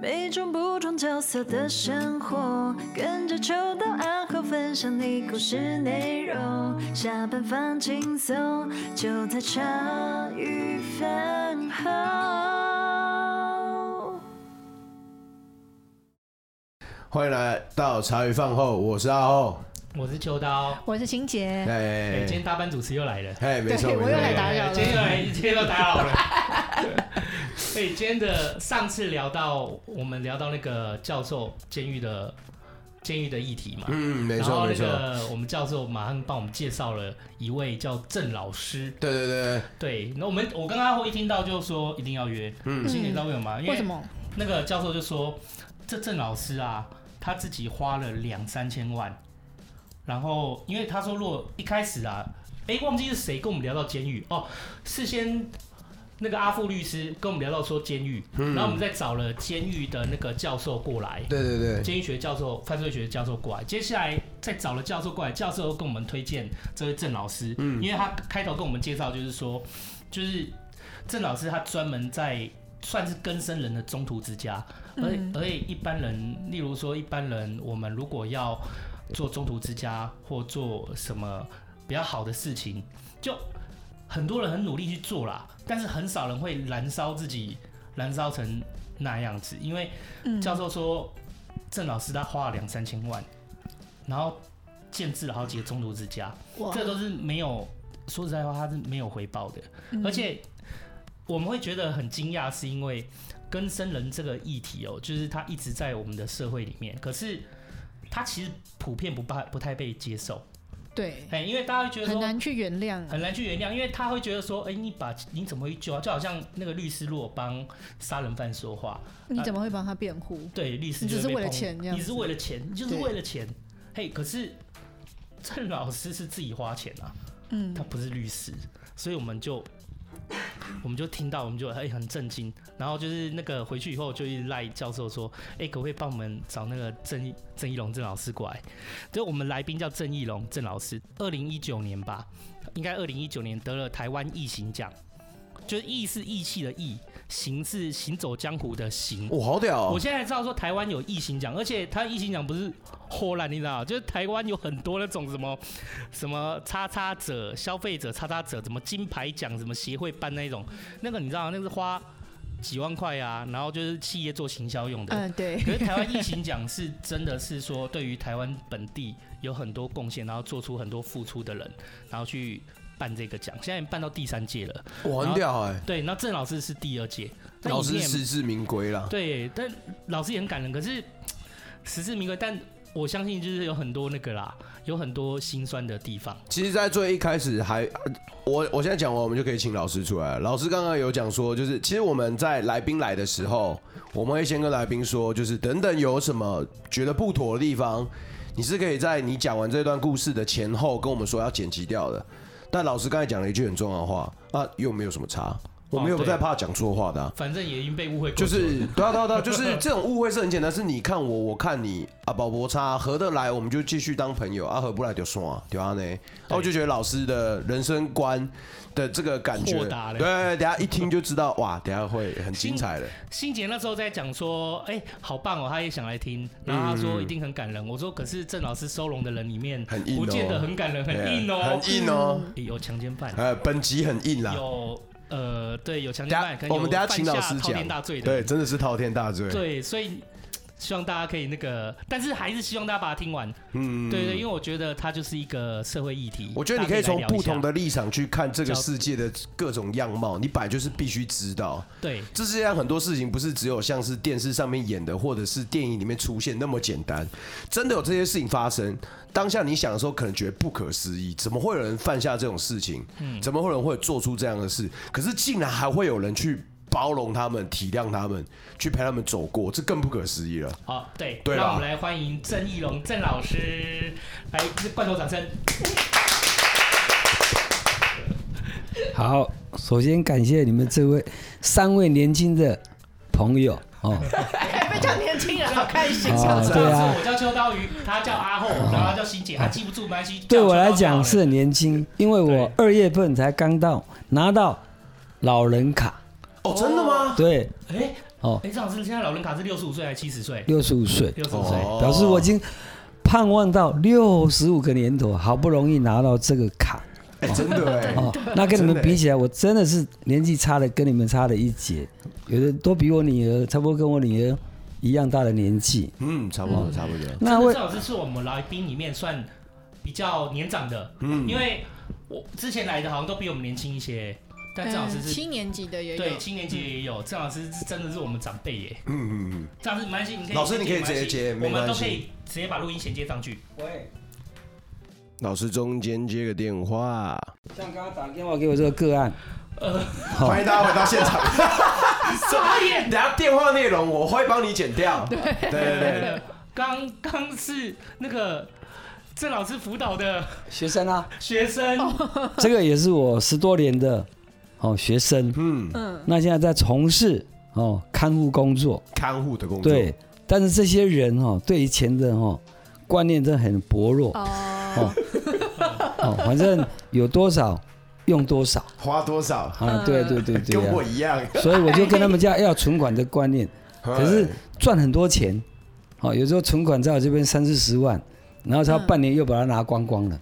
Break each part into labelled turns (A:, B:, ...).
A: 每种不同角色的生活，跟着秋到暗号分享你故事内容。下班放轻松，就在茶余饭后。
B: 欢迎来到茶余饭后，我是阿后。
C: 我是秋刀。
D: 我是秦杰，
C: 哎、
B: 哎
C: 今天大班主持又来了，
B: 哎，没错，
D: 对
B: 没
D: 我
B: 错
D: 又来打
B: 没错
D: 扰了
C: 今天又来，今天又打扰了。哎、今天的上次聊到我们聊到那个教授监狱的监狱的议题嘛，
B: 嗯，没
C: 然
B: 错，
C: 后
B: 没
C: 那
B: 错，
C: 个我们教授马上帮我们介绍了一位叫郑老师，
B: 对对对，
C: 对，那我们我刚刚会一听到就说一定要约，
B: 嗯
C: 其实你知道为什么吗？因
D: 为什
C: 为
D: 么？
C: 那个教授就说这郑老师啊，他自己花了两三千万，然后因为他说如果一开始啊，哎忘记是谁跟我们聊到监狱哦，事先。那个阿富律师跟我们聊到说监狱，
B: 嗯
C: 然后我们再找了监狱的那个教授过来，
B: 对对对，
C: 监狱学教授、犯罪学教授过来，接下来再找了教授过来，教授跟我们推荐这位郑老师，
B: 嗯
C: 因为他开头跟我们介绍就是说，就是郑老师他专门在算是更生人的中途之家，而、而且一般人，例如说一般人，我们如果要做中途之家或做什么比较好的事情，就很多人很努力去做啦，但是很少人会燃烧自己，燃烧成那样子，因为。
D: 嗯，
C: 教授说，郑老师他花了两三千万，然后建制了好几个中途之家，
D: 哇
C: 这都是没有说实在话，他是没有回报的。
D: 嗯
C: 而且我们会觉得很惊讶，是因为跟生人这个议题哦，就是它一直在我们的社会里面，可是它其实普遍不怕不太被接受，
D: 对，
C: 哎，因为大家会觉得
D: 很
C: 说
D: 难去原谅啊。
C: 很难去原谅，因为他会觉得说，哎、你把你怎么会救啊？就好像那个律师如果帮杀人犯说话，
D: 你怎么会帮他辩护？
C: 对，律师
D: 你
C: 就
D: 只
C: 会
D: 是
C: 被
D: 为了
C: 抨
D: 钱这样
C: 你是
D: 子
C: 为了钱，你就是
D: 对
C: 为了钱。嘿，可是郑老师是自己花钱啊，
D: 嗯
C: 他，不是律师，所以我们就我们就听到，我们就哎、很震惊。然后就是那个回去以后，就一直赖教授说，哎、可不可以帮我们找那个郑义郑义龙郑老师过来？就我们来宾叫郑义龙郑老师，二零一九年吧，应该二零一九年得了台湾义行奖。就是义是义气的义，行是行走江湖的行，
B: 我好屌
C: 我
B: 哦，
C: 现在知道说台湾有异形奖，而且它异形奖不是豁然，你知道吗，就是台湾有很多那种什么什么叉叉者、消费者叉叉者，什么金牌奖、什么协会办那一种，那个你知道吗，那个是花几万块啊，然后就是企业做行销用的。
D: 嗯，对，
C: 可是台湾疫情奖是真的是说，对于台湾本地有很多贡献，然后做出很多付出的人，然后去办这个奖。现在办到第三届了，
B: 我很屌哎，
C: 对，那郑老师是第二届，那
B: 老
C: 里
B: 师
C: 面
B: 实至名归啦。
C: 对，但老师也很感人，可是实至名归。但我相信就是有很多那个啦，有很多心酸的地方。
B: 其实，在最一开始还，我我现在讲完，我们就可以请老师出来了。老师刚刚有讲说，就是其实我们在来宾来的时候，我们会先跟来宾说，就是等等有什么觉得不妥的地方，你是可以在你讲完这段故事的前后跟我们说要剪辑掉的。但老师刚才讲了一句很重要的话，啊，又没有什么差，我们又不太怕讲错话的啊、
C: 反正也已经被误会过
B: 就
C: 久了，
B: 是对啊对啊对啊，就是这种误会是很简单，是你看我，我看你啊，宝博差合得来，我们就继续当朋友啊，合不来就算啊，对啊呢。然后我就觉得老师的人生观的这个感觉，
C: 豁达嘞
B: 对，等一下一听就知道，哇，等一下会很精彩的。
C: 欣姐那时候在讲说，哎、好棒哦，她也想来听，然后她说一定很感人。我说，可是郑老师收容的人里面，
B: 嗯很硬哦
C: 不见得很感人，很硬哦，
B: 很硬哦。
C: 有强奸犯，
B: 呃，本集很硬啦。
C: 有呃，对，有强
B: 等
C: 奸
B: 一
C: 犯，
B: 下
C: 跟
B: 我们等一下请老师
C: 滔
B: 讲
C: 天大罪，的，
B: 对，真的是滔天大罪。
C: 对，所以希望大家可以那个，但是还是希望大家把它听完。
B: 嗯
C: 对对，因为我觉得它就是一个社会议题。
B: 我觉得你
C: 大家
B: 可以从
C: 来聊一
B: 不
C: 下
B: 同的立场去看这个世界的各种样貌，你本来就是必须知道。
C: 对
B: 这世界上很多事情不是只有像是电视上面演的，或者是电影里面出现那么简单，真的有这些事情发生。当下你想的时候，可能觉得不可思议，怎么会有人犯下这种事情？怎么会有人会做出这样的事？可是竟然还会有人去包容他们、体谅他们，去陪他们走过，这更不可思议了。
C: 好对，
B: 对啦
C: 让我们来欢迎郑义龙郑老师，来罐头掌声。
E: 好，首先感谢你们这位三位年轻的朋友哦，
D: 哎被叫年轻人好开心
E: 啊
C: 上次
E: 对啊
C: 我叫秋刀鱼，他叫阿厚，然后他叫欣姐，他记不住没关系。叫
E: 对
C: 秋
E: 我
C: 刀
E: 来
C: 就好
E: 讲
C: 了
E: 是很年轻，因为我二月份才刚到拿到老人卡，
B: 哦，真的吗？
E: 对，
C: 哎，
E: 哦，
C: 哎，张老师现在老人卡是六十五岁还是七十岁？
E: 六十五岁，
C: 六十五岁，
B: 哦
E: 表示我已经盼望到六十五个年头，好不容易拿到这个卡
B: 哎真的哎，
E: 哦。那跟你
B: 真的
E: 们
B: 欸
E: 比起来，我真的是年纪差的跟你们差了一截，有的都比我女儿差不多跟我女儿一样大的年纪。
B: 嗯，差不多差不多。
E: 那
C: 郑
E: 会
C: 老师是我们来宾里面算比较年长的，
B: 嗯
C: 因为我之前来的好像都比我们年轻一些，但郑老师
D: 嗯
C: 是。
D: 七年级的也有，
C: 对，青年级也有，郑老师是真的是我们长辈耶。
B: 嗯嗯嗯，
C: 郑老师，没关系，你可以
B: 老师你可以
C: 没关系
B: 直接接没
C: 我们
B: 关
C: 都
B: 系
C: 可以直接把录音衔接上去。
E: 喂，
B: 老师中间接个电话，
E: 像刚刚打电话给我这个个案，
C: 呃，
E: 好
B: 欢迎大家回到现 场。
C: 傻眼
B: 等下电话内容我会帮你剪掉。对对对对，
C: 刚刚是那个郑老师辅导的
E: 学生啊，
C: 学生，
E: 这个也是我十多年的哦学生，
B: 嗯，
D: 嗯，
E: 那现在在从事哦看护工作，
B: 看护的工作，
E: 对，但是这些人哦对以前的哦观念真的很薄弱
D: 哦，
E: 哦，反正有多少用多少
B: 花多少，
D: 嗯
E: 啊，对对对 对
B: 跟
E: 啊
B: 我，一样。
E: 所以我就跟他们讲要存款的观念，可是赚很多钱，哦，有时候存款在我这边三四十万，然后他
D: 嗯
E: 半年又把它拿光光了，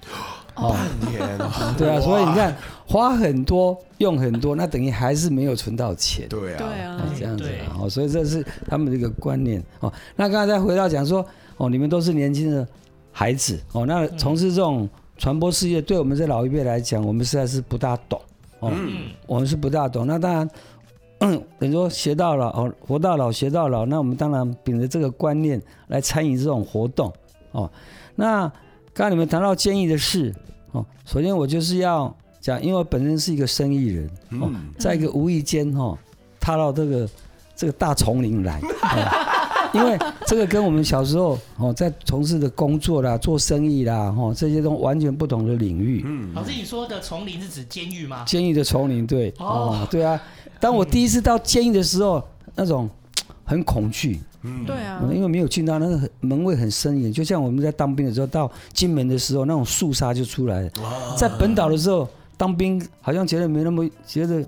E: 哦。
B: 半年哦
E: 对啊，
B: 哇
E: 所以你看，花很多，用很多，那等于还是没有存到钱，
B: 对啊，
D: 对
E: 啊
D: 啊，
E: 这样子
C: 对
E: 啊，哦，所以这是他们的一个观念哦。那刚才再回到讲说，哦，你们都是年轻的孩子哦，那
C: 嗯
E: 从事这种传播事业，对我们这老一辈来讲，我们实在是不大懂哦，
C: 嗯，
E: 我们是不大懂。那当然， 你说学到老哦，活到老学到老，那我们当然秉着这个观念来参与这种活动哦。那刚刚你们谈到建议的事哦，首先我就是要讲，因为我本身是一个生意人，哦
B: 嗯，
E: 在一个无意间哈、哦，踏到这个这个大丛林来、 哦因为这个跟我们小时候哦在从事的工作啦、做生意啦、哦这些都完全不同的领域。
B: 嗯
C: 老师你说的丛林是指监狱吗？
E: 监狱的丛林，对，
C: 哦
E: 哦，对啊。当我第一次到监狱的时候，那种很恐惧，
D: 对啊，
E: 因为没有进到那个很门卫很森严，就像我们在当兵的时候，到金门的时候，那种肃杀就出来了。在本岛的时候，当兵好像觉得没那么觉得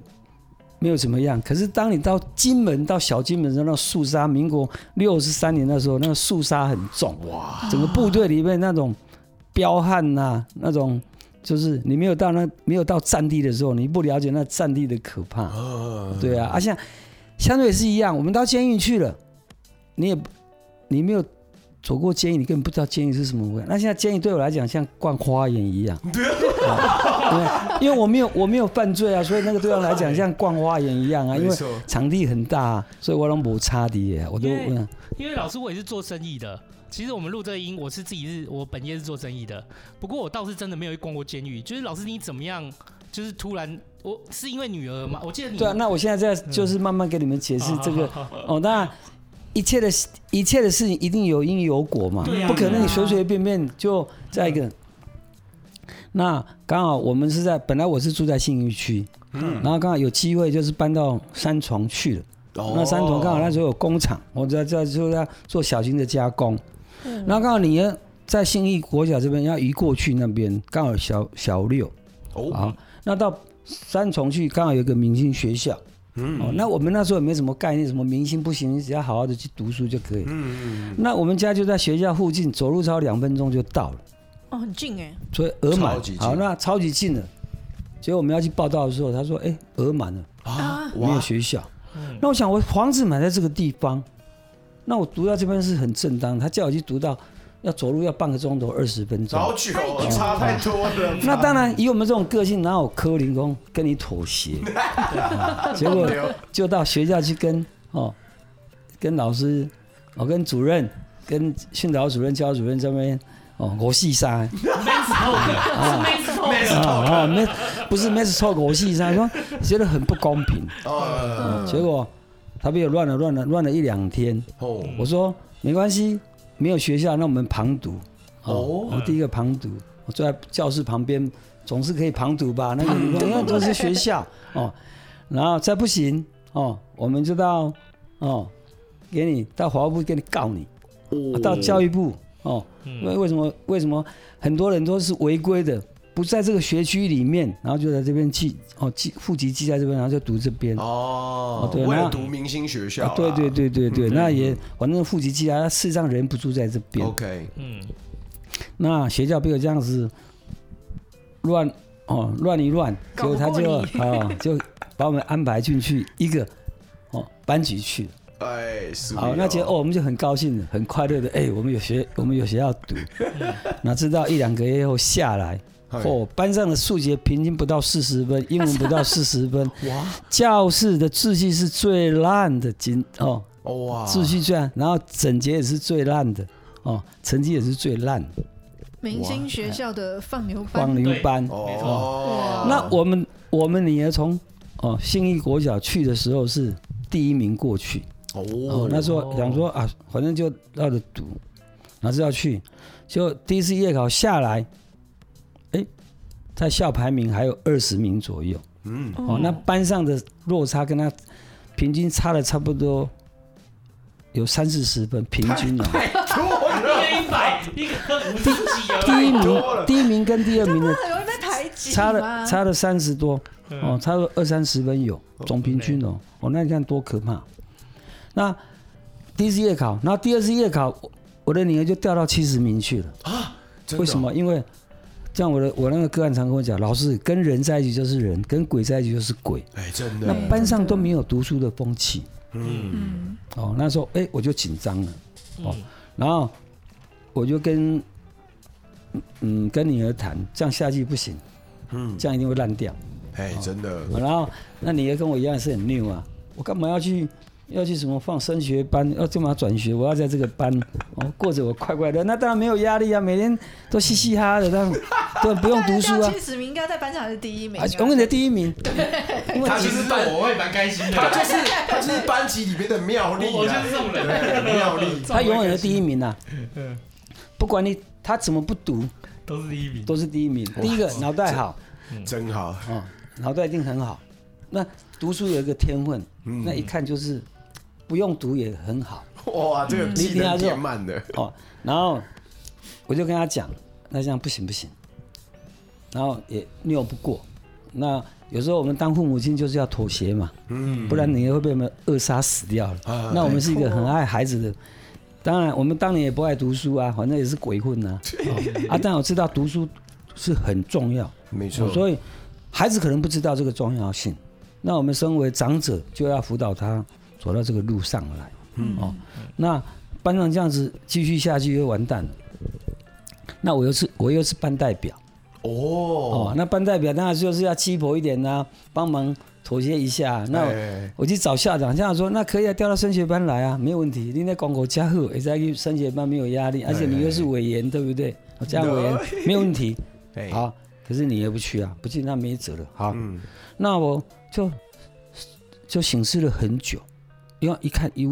E: 没有怎么样，可是当你到金门到小金门的时候，那肃杀，民国六十三年那时候，那个肃杀很重哇，整个部队里面那种彪悍呐、那种。就是你没有到那没有到战地的时候，你不了解那战地的可怕。
B: 哦
E: 对啊，啊像相对也是一样，我们到监狱去了，你也不你没有走过监狱，你根本不知道监狱是什么味。那现在监狱对我来讲像逛花园一 样，啊因为因为我没有我没有犯罪啊，所以那个对我来讲像逛花园一样啊，因
B: 没
E: 为
B: 错
E: 场地很大、啊，所以我拢无差的，啊我都嗯
C: 因为因为老师我也是做生意的，其实我们录这个音，我是自己是我本业是做生意的，不过我倒是真的没有逛过监狱。就是老师你怎么样，就是突然我是因为女儿吗？我记得你
E: 对啊。那我现在在就是慢慢给你们解释这个
C: 嗯好好好好
E: 哦，那一切的一切的事情一定有因有果嘛，
C: 对啊嗯
E: 不可能你随随便便就在一个。那刚好我们是在本来我是住在信义区，
C: 嗯
E: 然后刚好有机会就是搬到三重去了。
C: 哦
E: 那三重刚好那时候有工厂，我在在就在做小型的加工。
C: 嗯
E: 然后刚好你在信义国小这边要移过去那边，刚好小小六，
B: 哦
E: 啊，，那到三重去刚好有一个明星学校，嗯，哦，那我们那时候也没什么概念，什么明星不行，你只要好好的去读书就可以。
B: 嗯，
E: 那我们家就在学校附近，走路超两分钟就到了，
D: 哦，很近哎，
E: 所以额满
B: 超级，近
E: 好，那超级近了。结果我们要去报道的时候，他说：“哎、额满了，
D: 啊，
E: 没有学校。”
B: 嗯
E: 那我想，我房子买在这个地方，那我读到这边是很正当的。他叫我去读到，要走路要半个钟头，二十分钟。
B: 早久了差太多了吧。
E: 那当然，以我们这种个性，哪有柯林工跟你妥协？啊结果就到学校去跟哦，跟老师，哦，跟主任，跟训导主任、教导主任这边哦，我细沙啊
C: 没错，没错，
E: 啊，没不是没错，我细沙说觉得很不公平。
B: 哦
E: 结果他被我乱了乱了乱了一两天，
B: 哦
E: 我说没关系，没有学校，那我们旁读。哦
B: 哦，
E: 我第一个旁读，我坐在教室旁边，总是可以旁读吧？那个地方因为都是学校哦，然后再不行哦，我们就到哦，给你到法务部给你告你，啊到教育部哦，为为什么为什么很多人都是违规的，不在这个学区里面，然后就在这边记哦记户籍记在这边，然后就读这边。
B: 哦
E: 哦，对
B: 为了
E: 那
B: 读明星学校
E: 啊
B: 啦，，
E: 对对对对对，那也反正户籍记啊，他事实上人不住在这边。
B: ，OK，
C: 嗯，
E: 那学校被我这样子乱哦乱一乱，结
D: 搞不
E: 果他
D: 过
E: 就啊、哦、就把我们安排进去一个哦班级去了。
B: 哎，是
E: 好，那结果、哦、我们就很高兴，很快乐的，哎、我们有学，我们有学校 读。哪知道一两个月后下来，
B: 嗨
E: 哦，班上的数学平均不到四十分，英文 不到四十分，
B: 哇
E: 教室的秩序是最烂的，今哦
B: 哇，
E: 秩序最烂，然后整洁也是最烂的，哦，成绩也是最烂的，
D: 明星学校的放牛
E: 放
D: 班，
E: 牛
C: 对
E: 班。
C: 没
B: 哦
D: 错，
E: 那我们我们女儿从哦信义国小去的时候是第一名过去，
B: 哦
E: 哦，那时候想说啊，反正就绕着读，哪知道去，就第一次夜考下来，哎，在校排名还有二十名左右，
B: 嗯
E: 哦，那班上的落差跟他平均差了差不多有三四十分，平均啊，
C: 一个一百，一个五十几而已
E: 第一名
B: 多了
E: 第一名跟第二名的
D: 很容易被排挤
E: 差
D: 嘛
E: 了差了三十多，
C: 嗯
E: 哦，差不多二三十分有总平均哦，哦，那你看多可怕。那第一次夜考，然后第二次夜考，我我的女儿就掉到七十名去了。
B: 哦
E: 为什？么？因为像我的我那个个案常跟我讲，老师跟人在一起就是人，跟鬼在一起就是鬼。
B: 真的哦哎，真
E: 那
B: 的，
E: 班上都没有读书的风气
B: 嗯，
E: 哦，那时候哎、我就紧张了，哦
C: 嗯
E: 然后我就跟嗯跟女儿谈，这样下去不行，嗯，这样一定会烂掉。哦
B: 哎，真的，
E: 然后那你也跟我一样是很拗啊，我干嘛要去要去什么放升学班，要干嘛转学？我要在这个班哦过着我快快乐，那当然没有压力啊，每天都嘻嘻哈哈的，但都不用读 书啊
D: 七，十名应该在班上还是第一名啊
E: 啊，，永远的第一名。因为
B: 他
E: 其
B: 就
E: 实
B: 是
C: 我会蛮开心
B: 他
C: 的，
B: 就是他就是班级里面的妙丽
C: 我我就是
B: 啊，
C: 这种
B: 对
C: 人，
B: 妙丽，
E: 他永远的第一名啊，
C: 嗯
E: 不管你他怎么不读，
C: 都是第一名，
E: 都是第一名。第一个脑袋好
B: 真好，
E: 哦，脑袋一定很好。那读书有一个天分，那一看就是不用读也很好。
B: 哇，这
E: 嗯
B: 个技能点满的，
E: 哦，然后我就跟他讲，那这样不行不行，然后也拗不过。那有时候我们当父母亲就是要妥协嘛，嗯，不然你会被我们扼杀死掉了。
B: 啊
E: 那我们是一个很爱孩子的，当然我们当年也不爱读书啊，反正也是鬼混啊。哦啊，但我知道读书是很重要，
B: 没
E: 哦所以孩子可能不知道这个重要性，那我们身为长者就要辅导他走到这个路上来。嗯哦，那班长这样子继续下去就完蛋了。那我又是我又是班代表哦
B: 哦，
E: 那班代表当然就是要鸡婆一点啦、帮忙妥协一下。那我
B: 哎
E: 我去找校长，校长说那可以啊，调到升学班来啊，没有问题。你在广口加贺也在升学班没有压
B: 哎
E: 力，而且你又是委员，对不对？我加委员没有问题。
B: 哎，
E: 好，可是你也不去啊，不去那没辙了。好，
B: 嗯，
E: 那我就就省思了很久，因为一看一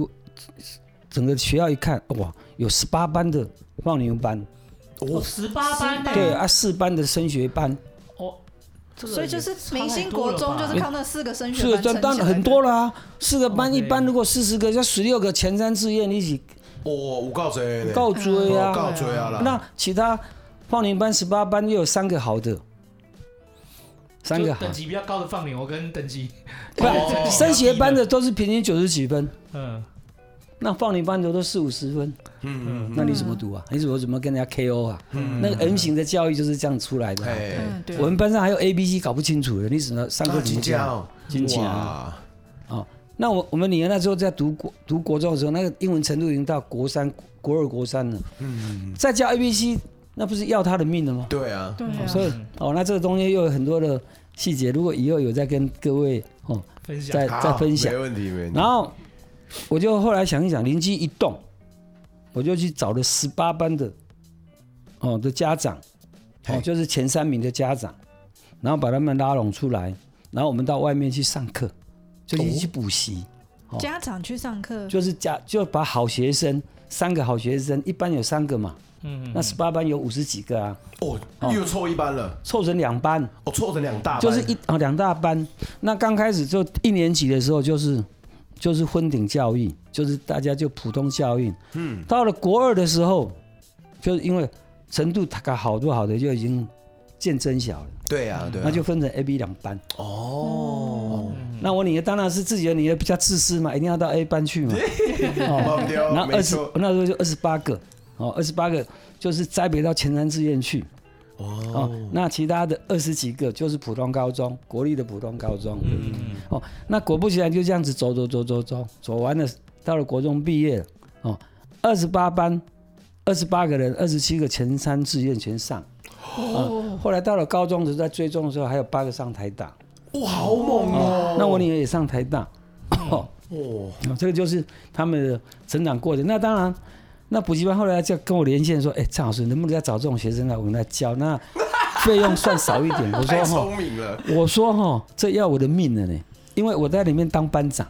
E: 整个学校一看，哇，有十八班的放牛班，
C: 我十八班呢，
E: 对啊，四班的升学班，
C: 哦，这个
D: 所以就是明星国中就是靠那四个升学
E: 是
D: 班
E: 当
D: 撑
E: 当
D: 起来
E: 然很多了啊，四个班
C: OK
E: 一班如果四十个，就十六个前三志愿一起
B: 哦，我告谁呢？
E: 告追
B: 哦
E: 啊，
B: 告追啊啦，
E: 那其他放牛班十八班又有三个好的，三个
C: 就
E: 好
C: 等。级比较高的放牛跟等级，
E: 不
C: 哦，
E: 升学班的都是平均九十几分，
C: 嗯，
E: 那放牛班的都四五十分，
B: 嗯，
E: 那你怎么读啊？你怎么怎么跟人家 KO 啊？那个 N 型的教育就是这样出来的啊、
B: 哎，
D: 嗯，对
E: 我，们班上还有 A、B、C 搞不清楚的，你怎么上课怎么
B: 这
E: 讲？
B: 样，
E: 金钱
B: 啊哇，
E: 哦，那我我们女儿那时候在读国读国中的时候，那个英文程度已经到国三、国二、国三了。嗯，再教 A、B、C，那不是要她的命了吗？
B: 对啊，
D: 对啊
E: 所以
C: 嗯
E: 哦，那这个东西又有很多的细节，如果以后有再跟各位哦
C: 分享
E: 再再
B: 好
E: 分享
B: 没。问题，没问题
E: 然。后我就后来想一想，灵机一动，我就去找了十八班的哦的家长，
B: 嘿
E: 哦就是前三名的家长，然后把他们拉拢出来，然后我们到外面去上课，就去去补习，
D: 家长去上
C: 嗯
D: 课，
E: 就是家就把好学生三个好学生，一班有三个嘛，
C: 嗯，
E: 那十八班有五十几个啊，
B: 哦，又错一班了，
E: 凑成两班，
B: 哦，错成两大班，
E: 就是一啊、哦、两大班。那刚开始就一年级的时候，就是就是婚顶教育，就是大家就普通教育。嗯，到了国二的时候，就是因为程度大概好多好的就已经见真小了，
B: 对啊，对啊，
E: 那就分成 A、B 两班。
B: 哦，
E: 那我女儿当然是自己的女儿比较自私嘛，一定要到 A 班去嘛。
B: 忘掉
E: 哦然后
B: 哦没
E: 二十
B: 错，
E: 那时候就二十八个，哦，二十八个就是栽培到前瞻志愿去。哦，那其他的二十几个就是普通高中，国立的普通高中。哦，那果不其然就这样子走走走走走，走完了，到了国中毕业了。哦，二十八班，二十八个人，二十七个前三志愿全上。哦，后来到了高中的时候，在追踪的时候还有八个上台大。
B: 哇，好猛哦！
E: 那我女儿也上台大。
B: 哦，
E: 哦，这个就是他们的成长过程。那当然，那补习班后来就跟我连线说：“哎，张老师，能不能再找这种学生来我们来教？ 那费用算少一点。”我说哦
B: 太：“
E: 哈，
B: 哎聪明了，
E: 我说哈，这要我的命了呢，因为我在里面当班长，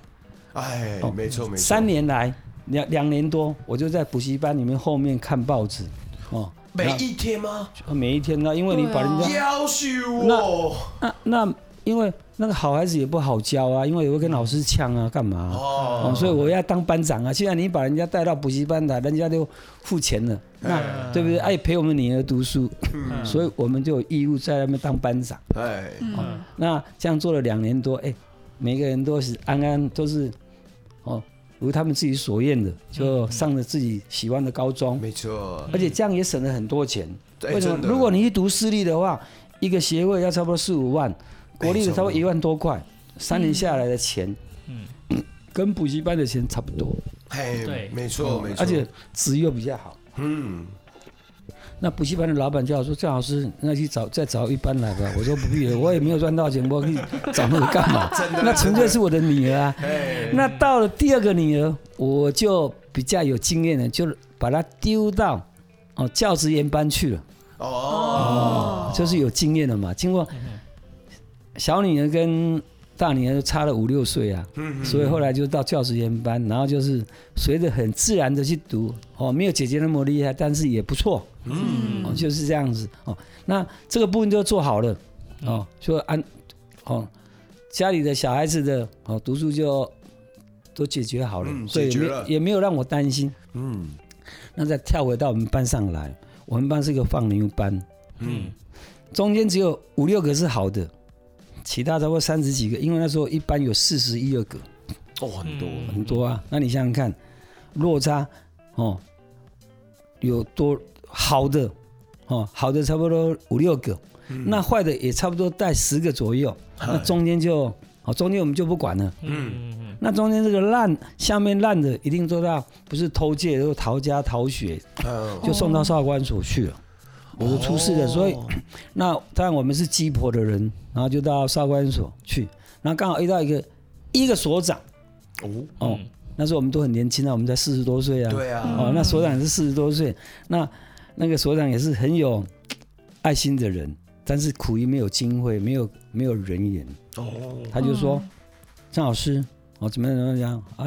B: 哎
E: 哦，
B: 没错没错，
E: 三年来两两年多，我就在补习班里面后面看报纸，哦，
B: 每一天吗？
E: 那每一天呢，因为你把人家、
B: 要求哦，
E: 啊那那因为那个好孩子也不好教啊，因为也会跟老师呛啊，干嘛啊、
B: 哦
E: 哦，所以我要当班长啊！既然你把人家带到补习班来，人家就付钱了，那对不对？哎，陪我们女儿读书，所以我们就有义务在那边当班长。
B: 哎，
C: 嗯
E: 那这样做了两年多，哎，每个人都是安安都是哦，如他们自己所愿的，就上了自己喜欢的高中，
B: 没错，
E: 而且这样也省了很多钱。
B: 嗯哎
E: 为什么
B: 真？的
E: 如果你去读私立的话，一个学位要差不多四五万，国立的差不多一万多块，三年下来的钱，跟补习班的钱差不多。
B: 哎，
C: 对
B: 没错没错，
E: 哦而且职又比较好。
B: 嗯，
E: 那补习班的老板叫我说：“郑老师，那去找再找一班来吧。”我说：“不必了，我也没有赚到钱，我去找那个干 嘛？
B: 啊
E: 那纯粹是我的女儿啊。
B: 哎，
E: 那到了第二个女儿，我就比较有经验了，就把她丢到哦教职员班去了，
B: 哦，
E: 就是有经验了嘛。经过小女儿跟大女儿差了五六岁啊，
B: 嗯
E: 所以后来就到教职员班，然后就是随着很自然的去读，哦，没有姐姐那么厉害，但是也不错，嗯、哦，就是这样子哦。那这个部分就做好了，
B: 嗯
E: 哦，就按哦家里的小孩子的哦读书就都解决好了，
B: 嗯
E: 所以也
B: 解决
E: 没
B: 了
E: 也没有让我担心。
B: 嗯
E: 那再跳回到我们班上来，我们班是一个放牛班，
B: 嗯，
E: 中间只有五六个是好的，其他超过三十几个，因为那时候一般有四十一二个。
B: 哦，很多，
E: 很多啊。那你想想看，落差哦有多好的哦，好的差不多五六个，那坏的也差不多带十个左右。那中间就哦，中间我们就不管了。
C: 嗯嗯
E: 那中间这个烂下面烂的一定做到不是偷窃，就是逃家逃学，
B: 嗯，
E: 就送到少管所去了。我就出事
B: 哦
E: 了，所以那当然我们是鸡婆的人，然后就到少管所去，然后刚好遇到一个一个所长，
B: 哦，
E: 哦，那时候我们都很年轻啊，我们才四十多岁啊。
B: 对啊，
E: 哦，那所长也是四十多岁，那那个所长也是很有爱心的人，但是苦于没有经费，没有没有人员，
B: 哦，
E: 他就说：“张、老师，哦，怎么样怎么样啊？”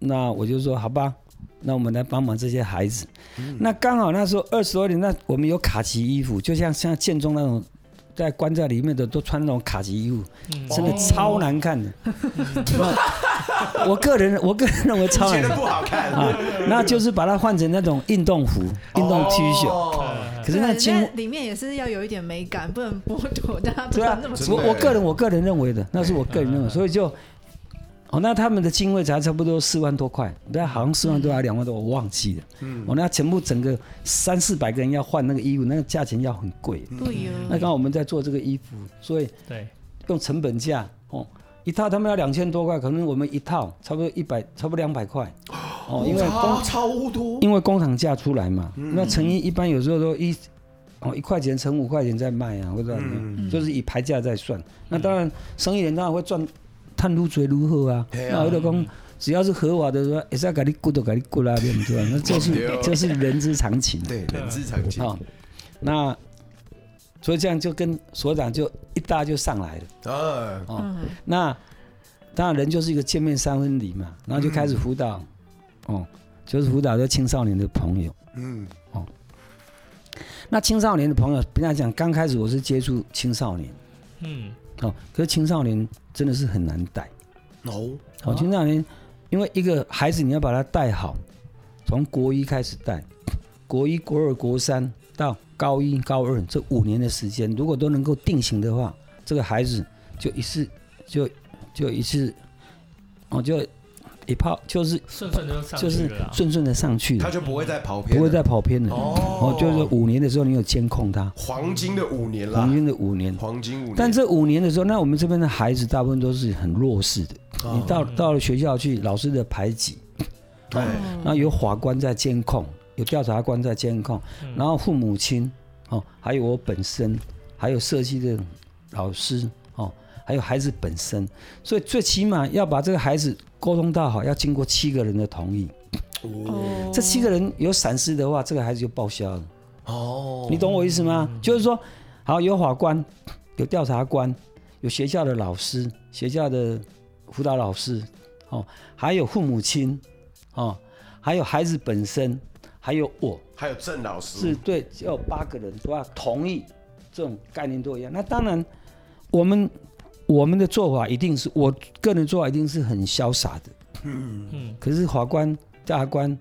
E: 那我就说：“好吧，那我们来帮忙这些孩子。
B: 嗯
E: 那刚好那时候二十多年，那我们有卡其衣服，就像像建中那种。在关在里面的都穿那种卡其衣服，
C: 嗯
B: 哦
E: 真的超难 看的。那我个人我个人认为超
B: 觉
E: 难
B: 得
E: 看。
B: 不好看，
E: 啊，那就是把它换成那种运动服、运动 T 恤。
B: 哦
E: 可是那
D: 对
E: 经
D: 那里面也是要有一点美感，不能剥夺大家
E: 对啊
D: 穿那么，
B: 真
E: 我
B: 的
E: 我个人我个人认为的，那是我个人认为，所以就哦，那他们的经费才差不多四万多块，那好像四万多还两万多，我忘记了。嗯，我那全部整个三四百个人要换那个衣服，那个价钱要很贵。
D: 不一样。
E: 那刚好我们在做这个衣服，所以
C: 对，
E: 用成本价哦，一套他们要两千多块，可能我们一套差不多一百，差不多两百块哦，因为光
B: 哇超多，
E: 因为工厂价出来嘛，
B: 嗯
E: 那成衣一般有时候都一哦一块钱乘五块钱在卖啊，或者、
B: 嗯
E: 就是以牌价在算。那当然，生意人当然会赚，探入嘴如何啊？
B: 对啊
E: 那我就讲，只要是合法的说，也是要给你顾都给你顾啦，对不对？那这是
B: 对哦
E: 这是人之常情。
B: 对，人之常情
E: 好、那所以这样就跟所长就一搭就上来了。
B: 啊，
E: 那当然人就是一个见面三分离嘛，然后就开始辅导，哦，就是辅导这青少年的朋友。哦
B: 嗯，
E: 那青少年的朋友，平常讲，刚开始我是接触青少年，
C: 嗯
E: 哦，可是青少年真的是很难带，
B: 哦，
E: 哦，青少年，因为一个孩子你要把他带好，从国一开始带，国一、国二、国三，到高一、高二这五年的时间，如果都能够定型的话，这个孩子就一次就就一次，我就一炮就是
C: 顺顺的就上
E: 就是
C: 去了啦。啊
E: 顺顺的上去
B: 他
E: 了，
B: 就不会再跑偏了，
E: 不会再跑偏了。
B: 哦
E: 哦，就是五年的时候你有监控他，
B: 黄金的五年啦
E: 黄，金的五年。
B: 黄啊金五年，
E: 但这五年的时候，那我们这边的孩子大部分都是很弱势的。你
B: 哦
E: 到到了学校去，老师的排挤，
B: 对
D: 嗯
E: 然后有法官在监控，有调查官在监控，然后父母亲哦，还有我本身，还有设计的老师哦，还有孩子本身，所以最起码要把这个孩子沟通到好，要经过七个人的同意。
D: 哦
E: 这七个人有闪失的话，这个孩子就报销了。
B: 哦，
E: 你懂我意思吗？就是说，好有法官，有调查官，有学校的老师，学校的辅导老师，哦，还有父母亲，哦，还有孩子本身，还有我，
B: 还有郑老
E: 是
B: 师，
E: 对，只有八个人都要同意，这种概念都一样。那当然，我们我们的做法一定是我个人做法一定是很潇洒的，
C: 嗯，
E: 可是法官、大法官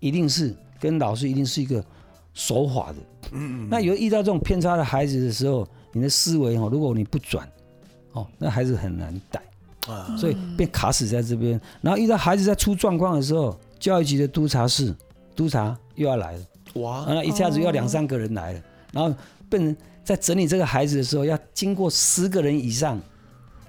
E: 一定是跟老师一定是一个守法的。嗯，那有遇到这种偏差的孩子的时候，你的思维哦，如果你不转，哦，那孩子很难带
B: 啊
E: 所以便卡死在这边。然后遇到孩子在出状况的时候，教育局的督察室督察又要来了，
B: 哇，
E: 然后一下子又要两三个人来了，然后变成在整理这个孩子的时候，要经过十个人以上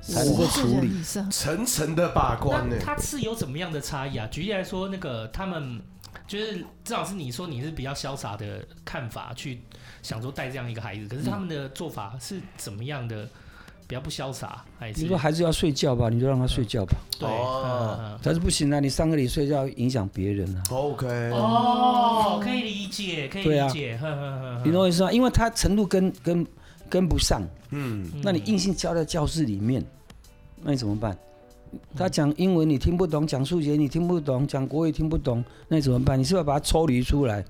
E: 才能够处理。
D: 以上
B: 层层的把关呢
C: 那，它是有怎么样的差异啊？举例来说，那个他们就是郑老师，你说你是比较潇洒的看法去想说带这样一个孩子，可是他们的做法是怎么样的？比较不潇洒，还是
E: 你说孩子要睡觉吧，你就让他睡觉吧。
C: 对？
B: 哦
C: 嗯嗯
E: 但是不行啊，你三个里睡觉影响别人啊，
B: ，OK，
C: 哦，可以理解，可以
E: 对
C: 理
E: 啊
C: 解，呵呵呵呵
E: 你懂我意思吗？因为他程度跟跟跟不上，
B: 嗯，
E: 那你硬性教在教室里面，那你怎么办？他讲英文你听不懂，讲数学你听不懂，讲国语听不懂，那你怎么办？你是不是要把它抽离出来，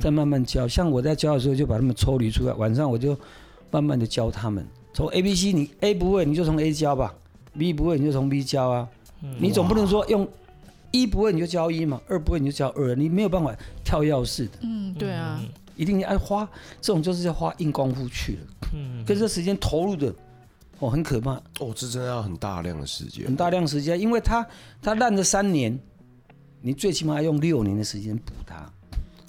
E: 再慢慢教？像我在教的时候就把他们抽离出来，晚上我就慢慢的教他们，从 A、B、C，你 A 不会你就从 A 教吧，B 不会你就从 B 教啊，你总不能说用一不会你就教一嘛，二不会你就教二，啊你没有办法跳钥匙的。
D: 嗯，对啊，
E: 一定要花这种就是要花硬功夫去了，
C: 嗯，
E: 可是这时间投入的哦很可怕，
B: 哦，这真的要很大量的时间，
E: 很大量时间，因为他他烂了三年，你最起码要用六年的时间补它。啊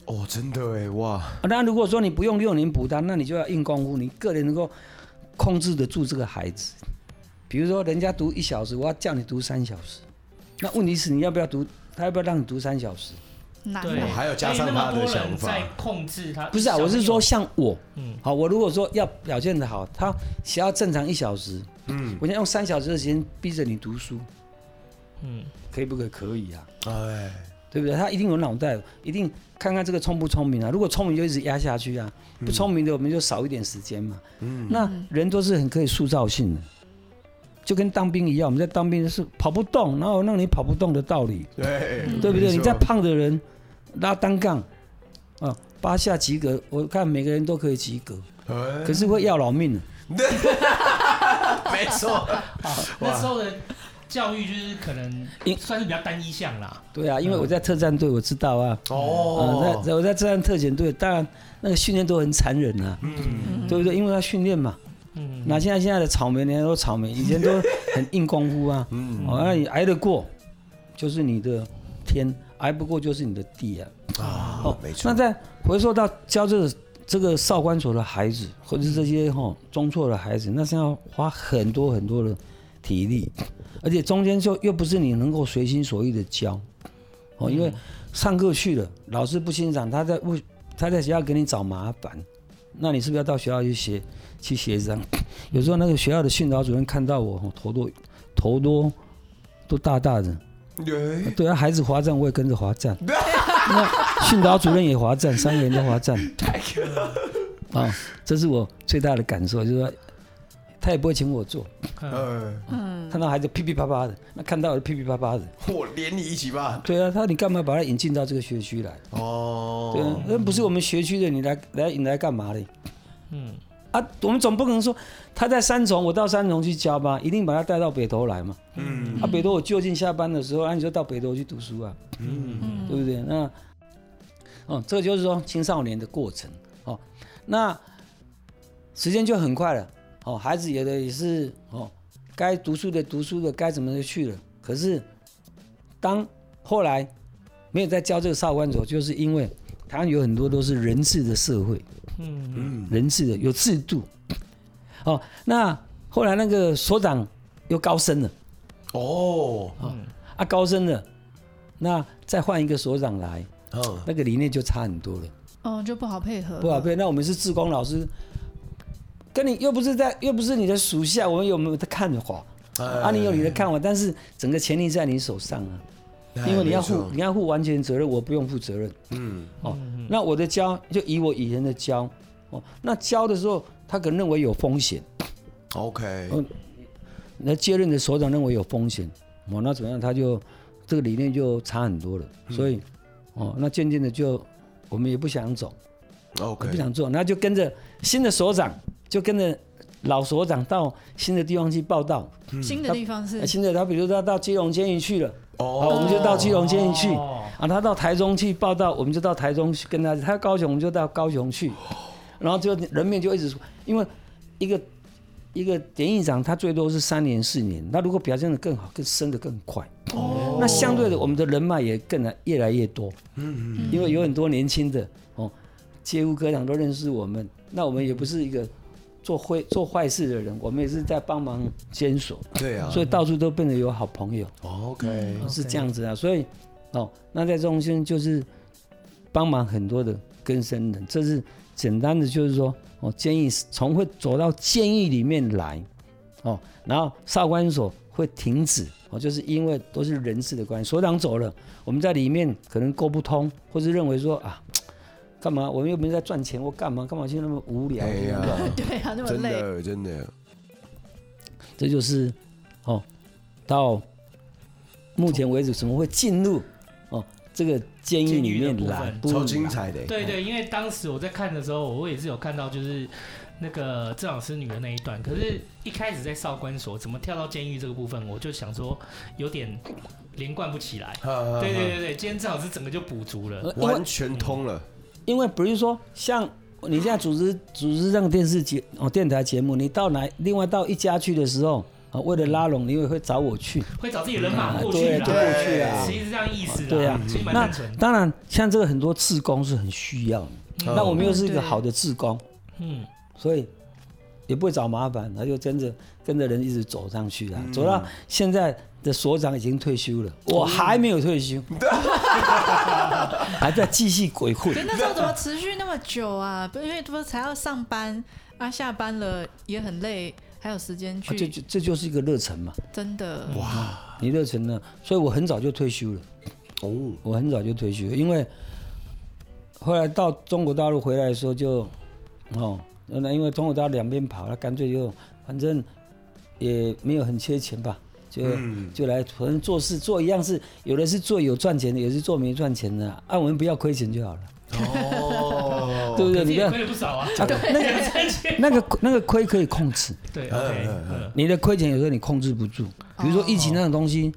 B: 哦，真的哎，哇，
E: 那如果说你不用六年补它，那你就要硬功夫，你个人能够控制得住这个孩子。比如说人家读一小时，我要叫你读三小时，那问题是你要不要读？他要不要让你读三小时？
D: 难啊
C: 对，
B: 还有加上
C: 所以那么
B: 他的
C: 多人
B: 想法
C: 在控制他，
E: 不是啊，我是说像我，
C: 嗯
E: 好，我如果说要表现的好，他只要正常一小时，
B: 嗯，
E: 我想用三小时的时间逼着你读书，
C: 嗯，
E: 可以不可以？可以啊，
B: 哎，
E: 对不对？他一定有脑袋，一定看看这个聪不聪明啊。如果聪明就一直压下去啊，不聪明的我们就少一点时间嘛。
B: 嗯
E: 那人都是很可以塑造性的，就跟当兵一样，我们在当兵是跑不动，然后让你跑不动的道理，
B: 对，
E: 对不
B: 嗯没
E: 对？
B: 错
E: 你再胖的人拉单杠，啊，八下及格，我看每个人都可以及格，
B: 哎
E: 可是会要老命的。
B: 没错，
C: 那时候的教育就是可能
E: 因
C: 算是比较单一项啦，
E: 对啊，因为我在特战队，我知道啊。
B: 어.
E: 啊，
B: 嗯哦，
E: 那我在治安特遣队，当然那个训练都很残忍啊，
B: 嗯
E: 对不对？因为他训练嘛，
C: 嗯
E: 那现在现在的草莓，人家都草莓，以前 都很硬功夫啊，
B: 嗯
E: 哦，那你挨得过，就是你的天，挨不过就是你的地啊。
B: 啊
E: 哦，，
B: 没错
E: 那，再回溯到教这个这个少管所的孩子，或者是这些哈、中辍的孩子，那是要花很多很多的体力，而且中间就又不是你能够随心所欲的教，哦，
B: 嗯
E: 因为上课去了，老师不欣赏，他在为他在学校给你找麻烦，那你是不是要到学校去协去协商？ 有时候那个学校的训导主任看到我，哦头都头都都大大的，
B: 哎，
E: 对啊，孩子罚站我也跟着罚 站，那训导主任也罚站，三个人都 罚站。啊、这是我最大的感受，就是说他也不会请我做，
B: 네.呃，
E: 看到孩子噼噼啪啪的，那看到我就噼噼啪啪的。
B: 我连你一起吧，
E: 对啊，他你干嘛把他引进到这个学区来？对啊
B: 哦，，
E: 那不是我们学区的，你来来你来干嘛的？
C: 嗯，
E: 啊，我们总不可能说他在三重，我到三重去教吧，一定把他带到北投来嘛。
B: 嗯，
E: 啊，北投我就近下班的时候，啊，你就到北投去读书啊，
D: 嗯
E: 嗯，对不对？那，哦，这个就是说青少年的过程哦。那时间就很快了，哦，孩子有的也是哦，该读书的读书的，该怎么的去了。可是当后来没有再教这个少管所，就是因为台湾有很多都是人治的社会，
C: 嗯，
E: 人治的有制度。哦，那后来那个所长又高升了。
B: 哦，
E: 啊，高升了，那再换一个所长来，
B: 嗯，
E: 那个理念就差很多了，
D: 哦，就不好配合，
E: 不好配。那我们是志工老师，跟你又不是在，又不是你的属下，我们有没有的看法？啊，你有你的看法，但是整个权力在你手上啊，
B: 哎，
E: 因为你要
B: 没
E: 负
B: 错，
E: 你要负完全责任，我不用负责任。
B: 嗯，
E: 哦，那我的教就以我以前的教，哦，那教的时候他可能认为有风险，
B: OK，
E: 嗯那接任的所长认为有风险，哦，那怎么样？他就这个理念就差很多了，
B: 嗯
E: 所以，哦，那渐渐的就我们也不想走，也
B: OK，
E: 不想做，那就跟着新的所长，就跟着老所长到新的地方去报道。
D: 新的地方是
E: 呃新的他比如说他到基隆监狱去了，
B: 哦
E: 好，我们就到基隆监狱去。
C: 哦
E: 啊，他到台中去报道，我们就到台中去跟他；他高雄，我们就到高雄去。然后就人面就一直，因为一个一个典狱长，他最多是三年四年，那如果表现得更好，更升得更快，
B: 哦
E: 那相对的，我们的人脉也更来越来越多。嗯嗯，因为有很多年轻的哦，街舞歌长都认识我们，那我们也不是一个做坏做坏事的人，我们也是在帮忙监守，
B: 对啊
E: 所以到处都变得有好朋友。
B: ，OK，
E: 是这样子啊，所以哦，那在中心就是帮忙很多的更生人，这是简单的，就是说哦，建议从会走到监狱里面来哦，然后少管所会停止哦，就是因为都是人事的关系，所长走了，我们在里面可能沟不通，或是认为说啊。干嘛？我们又没在赚钱，我干嘛干嘛去那么无聊？
B: 哎呀
E: 对不 对
D: 对啊，那么
B: 真
D: 累，
B: 的真的，
E: 这就是哦，到目前为止怎么会进入哦这个监狱里面来
C: 监狱的？
E: 不
B: 超精彩的，
C: 对对，因为当时我在看的时候，我也是有看到就是那个郑老师女的那一段，可是一开始在少管所怎么跳到监狱这个部分，我就想说有点连贯不起来。
B: 啊
C: 对对对对，今天郑老师整个就补足了。
E: 因为
B: 完全通了，
E: 因为比如说像你现在组织组织这样电视节哦电台节目，你到哪另外到一家去的时候啊、为了拉拢，你也会找我去。
C: 会找自己人马过去
E: 对
C: 啦，
B: 对
E: 过去啊
C: 其实是这样意思啦，
E: 对啊
C: 其实蛮
E: 那
C: 单纯。
E: 当然，像这个很多志工是很需要的，
B: 嗯
E: 那我们又是一
D: 嗯对
E: 个好的志工，
C: 嗯，
E: 所以也不会找麻烦，他就跟着跟着人一直走上去啊，走到现在的所长已经退休了，我还没有退休，还在继续鬼混
D: 可。是那时候怎么持续那么久啊？ 不因为不是才要上班啊，下班了也很累，还有时间
E: 啊这
D: 去，
E: 就这就是一个热忱嘛，
D: 真的
E: 你热忱呢，所以我很早就退休了，
B: 哦，
E: 我很早就退休了，因为后来到中国大陆回来的时候就，哦，那因为中国大陆两边跑，那干脆就反正也没有很缺钱吧，就、
B: 嗯
E: 就来反正做事做一样事，有的是做有赚钱的，有的是做没赚钱的，啊，我们不要亏钱就好了，
B: 哦，
E: 对不对？
C: 可是
E: 你
C: 也
E: 不要
C: 亏了不少啊。
E: 啊那个那个那个亏可以控制，
C: 对，OK，嗯
E: 你的亏钱有时候你控制不住，
B: 哦
E: 比如说疫情那种东西。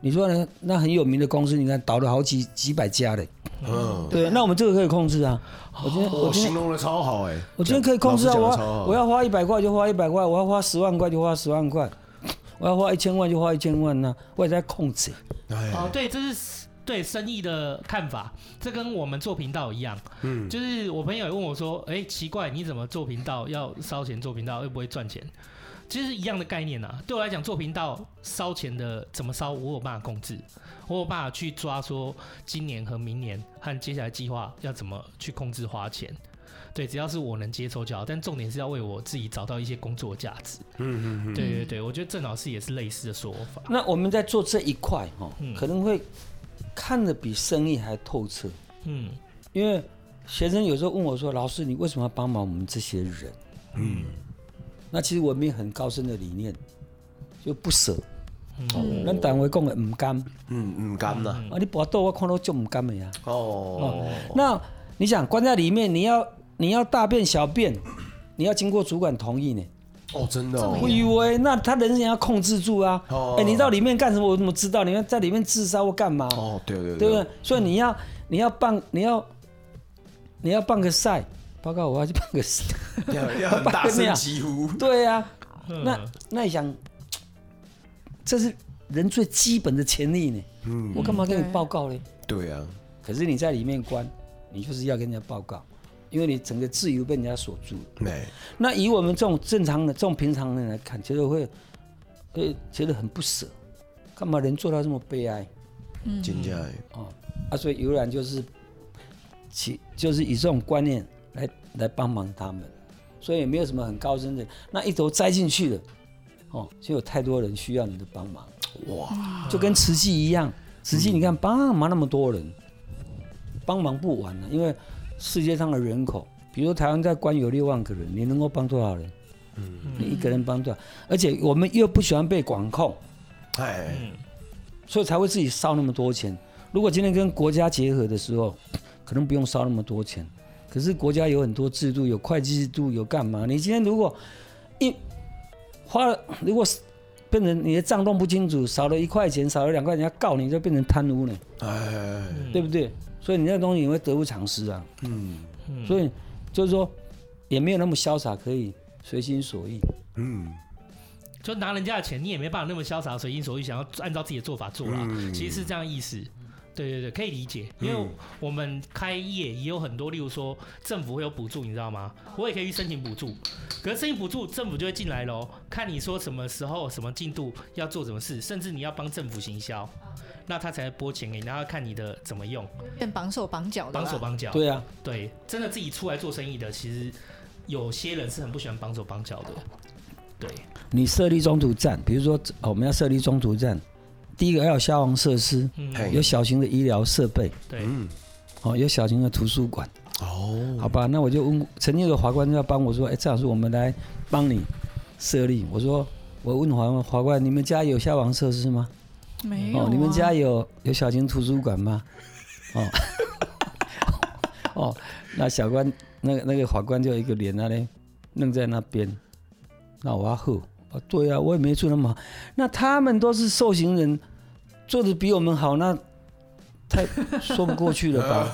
E: 你说呢？那很有名的公司，你看倒了好几几百家嘞。
B: 嗯，
E: 对，那我们这个可以控制啊。我今天我
B: 我
E: 今
B: 形
E: 天
B: 容的超好哎，
E: 我今天可以控制啊！
B: 老师
E: 我
B: 讲得超
E: 要
B: 好
E: 我要花一百块就花一百块，我要花十万块就花十万块，我要花一千万就花一千万呢、我也在控制。
B: 네.
C: 哦，对，这是对生意的看法，这跟我们做频道一样。嗯，就是我朋友也问我说：“哎，奇怪，你怎么做频道要烧钱做频道，又不会赚钱？”其实一样的概念啊。对我来讲，做频道烧钱的怎么烧，我有办法控制，我有办法去抓说今年和明年和接下来计划要怎么去控制花钱。对，只要是我能接受就好，但重点是要为我自己找到一些工作价值。嗯嗯嗯，对对对，我觉得郑老师也是类似的说法。
E: 那我们在做这一块哦
C: 嗯，
E: 可能会看得比生意还透彻，
C: 嗯
E: 因为学生有时候问我说：“老师，你为什么要帮忙我们这些人？”
B: 嗯，
E: 那其实我们有很高深的理念，就不舍。哦
C: 嗯
E: 咱单位讲的唔甘，啊，
B: 嗯嗯，干了，
E: 你搏斗我看到就唔甘的呀。
B: 어.哦，
E: 那你想关在里面，你要你要大便小便，你要经过主管同意呢。
B: 哦，真的哦，
E: 我以为那他人也要控制住啊。哎、
B: 哦
E: 你到里面干什么？我怎么知道？你要在里面自杀或干嘛？
B: 哦，对对
E: 对不对？所以你要你要办你要你要办个赛，报告我要去办个事。，
B: 要要很大声疾呼
E: 啊对呀、那
C: 嗯
E: 那你想，这是人最基本的权利呢，
B: 嗯，
E: 我干嘛跟你
D: 对
E: 报告呢？
B: 对啊，
E: 可是你在里面关，你就是要跟人家报告，因为你整个自由被人家锁住。
B: 没，
E: 那以我们这种正常的、这种平常人来看，觉得会会觉得很不舍，干嘛人做到这么悲哀
B: 真正的
E: 啊？所以游览就是其就是以这种观念来来帮忙他们，所以也没有什么很高深的。那一头栽进去了，哦，就有太多人需要你的帮忙，
B: 哇，
E: 就跟慈济一样，慈济你看帮忙那么多人，帮忙不完呢、啊因为世界上的人口，比如说台湾在关有六万个人，你能够帮多少人？你一个人帮多少？而且我们又不喜欢被管控，
B: 哎，
C: 嗯
E: 所以才会自己烧那么多钱。如果今天跟国家结合的时候， 可能不用烧那么多钱。可是国家有很多制度，有会计制度，有干嘛？你今天如果一花了，如果是变成你的账弄不清楚，少了一块钱，少了两块钱，要告你就变成贪污了，
B: 哎，
E: 对不对？所以你那东西你会得不偿失啊。
B: 嗯
E: 所以就是说，也没有那么潇洒，可以随心所欲。
B: 嗯，
C: 就拿人家的钱，你也没办法那么潇洒随心所欲，想要按照自己的做法做啦。其实是这样意思。对对对，可以理解，因为我们开业也有很多，例如说政府会有补助，你知道吗？我也可以去申请补助，可是申请补助，政府就会进来喽，看你说什么时候、什么进度要做什么事，甚至你要帮政府行销，那他才拨钱给你，然后看你的怎么用，
D: 变绑手绑脚的啦，
C: 绑手绑脚。
E: 对啊，
C: 对，真的自己出来做生意的，其实有些人是很不喜欢绑手绑脚的。对，
E: 你设立中途站，比如说哦我们要设立中途站，第一个要有消防设施，
C: 嗯，
B: 嘿
E: 有小型的医疗设备，
B: 嗯
C: 对，
E: 哦，有小型的图书馆，
B: 哦，
E: 好吧？那我就问，曾经有个法官就要帮我说，哎，郑老师，我们来帮你设立。我说，我问法官，法官，你们家有消防设施吗？
D: 没有、啊
E: 哦，你们家有有小型图书馆 吗？哦， 哦，那小官那个那个法官就一个脸那嘞，愣在那边。那我要喝啊，对啊，我也没做那么好。那他们都是受刑人，做的比我们好，那太说不过去 了吧？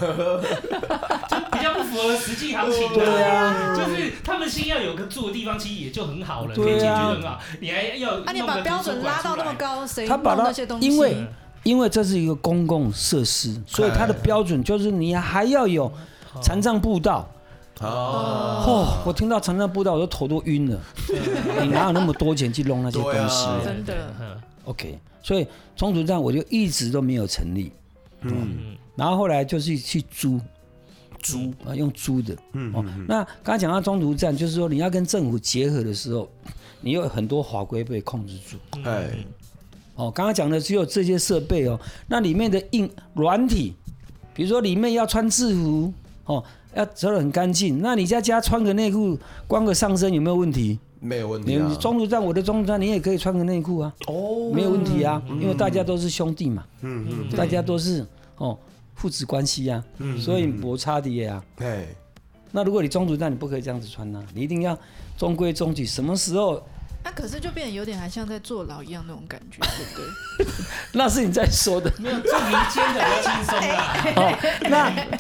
C: 比较不符合实际行情、啊。
E: 对啊，
C: 就是他们先要有个住的地方，其实也就很好了，
E: 对啊
C: 可以解决得很好。你还要
D: 啊，你
C: 弄
D: 把
C: 个
D: 标
C: 图书
D: 准
C: 馆
D: 拉到
C: 出
D: 那
C: 来
D: 么，高，谁
E: 他
D: 弄
E: 把它
D: 那些东西？
E: 因为
C: 嗯
E: 因为这是一个公共设施，所以它的标准就是你还要有残障步道。
B: 哦，
E: 哦，我听到残障步道，我都头都晕了。你哪有那么多钱去弄那些东西、
B: 对啊
D: 真的，
C: 嗯。
E: OK，所以冲突站我就一直都没有成立，哦
B: 嗯，
E: 然后后来就是去租
B: 猪，
E: 啊，用租的。
B: 嗯
E: 哦，那刚才讲到中途站，就是说你要跟政府结合的时候，你有很多法规被控制住。
B: 哎，
E: 哦，刚刚讲的只有这些设备哦，那里面的硬软体，比如说里面要穿制服哦，要折得很干净。那你在家穿个内裤，光个上身有没有问题？
B: 没有问
E: 你
B: 题啊
E: 你，中途站，我的中途站，你也可以穿个内裤啊，
B: 哦，
E: 没有问题啊，因为大家都是兄弟嘛。
B: 嗯
E: 大家都是哦父子关系呀、
B: 嗯
E: 所以摩擦的呀、
B: 嗯，哎，
E: 那如果你中途站，你不可以这样子穿呐、啊你一定要中规中矩。什么时候？
D: 那、可是就变得有点还像在坐牢一样那种感觉，对 不对？
E: 那是你在说的
C: 没有住民间的比较轻松啊 啦。
E: 哦，那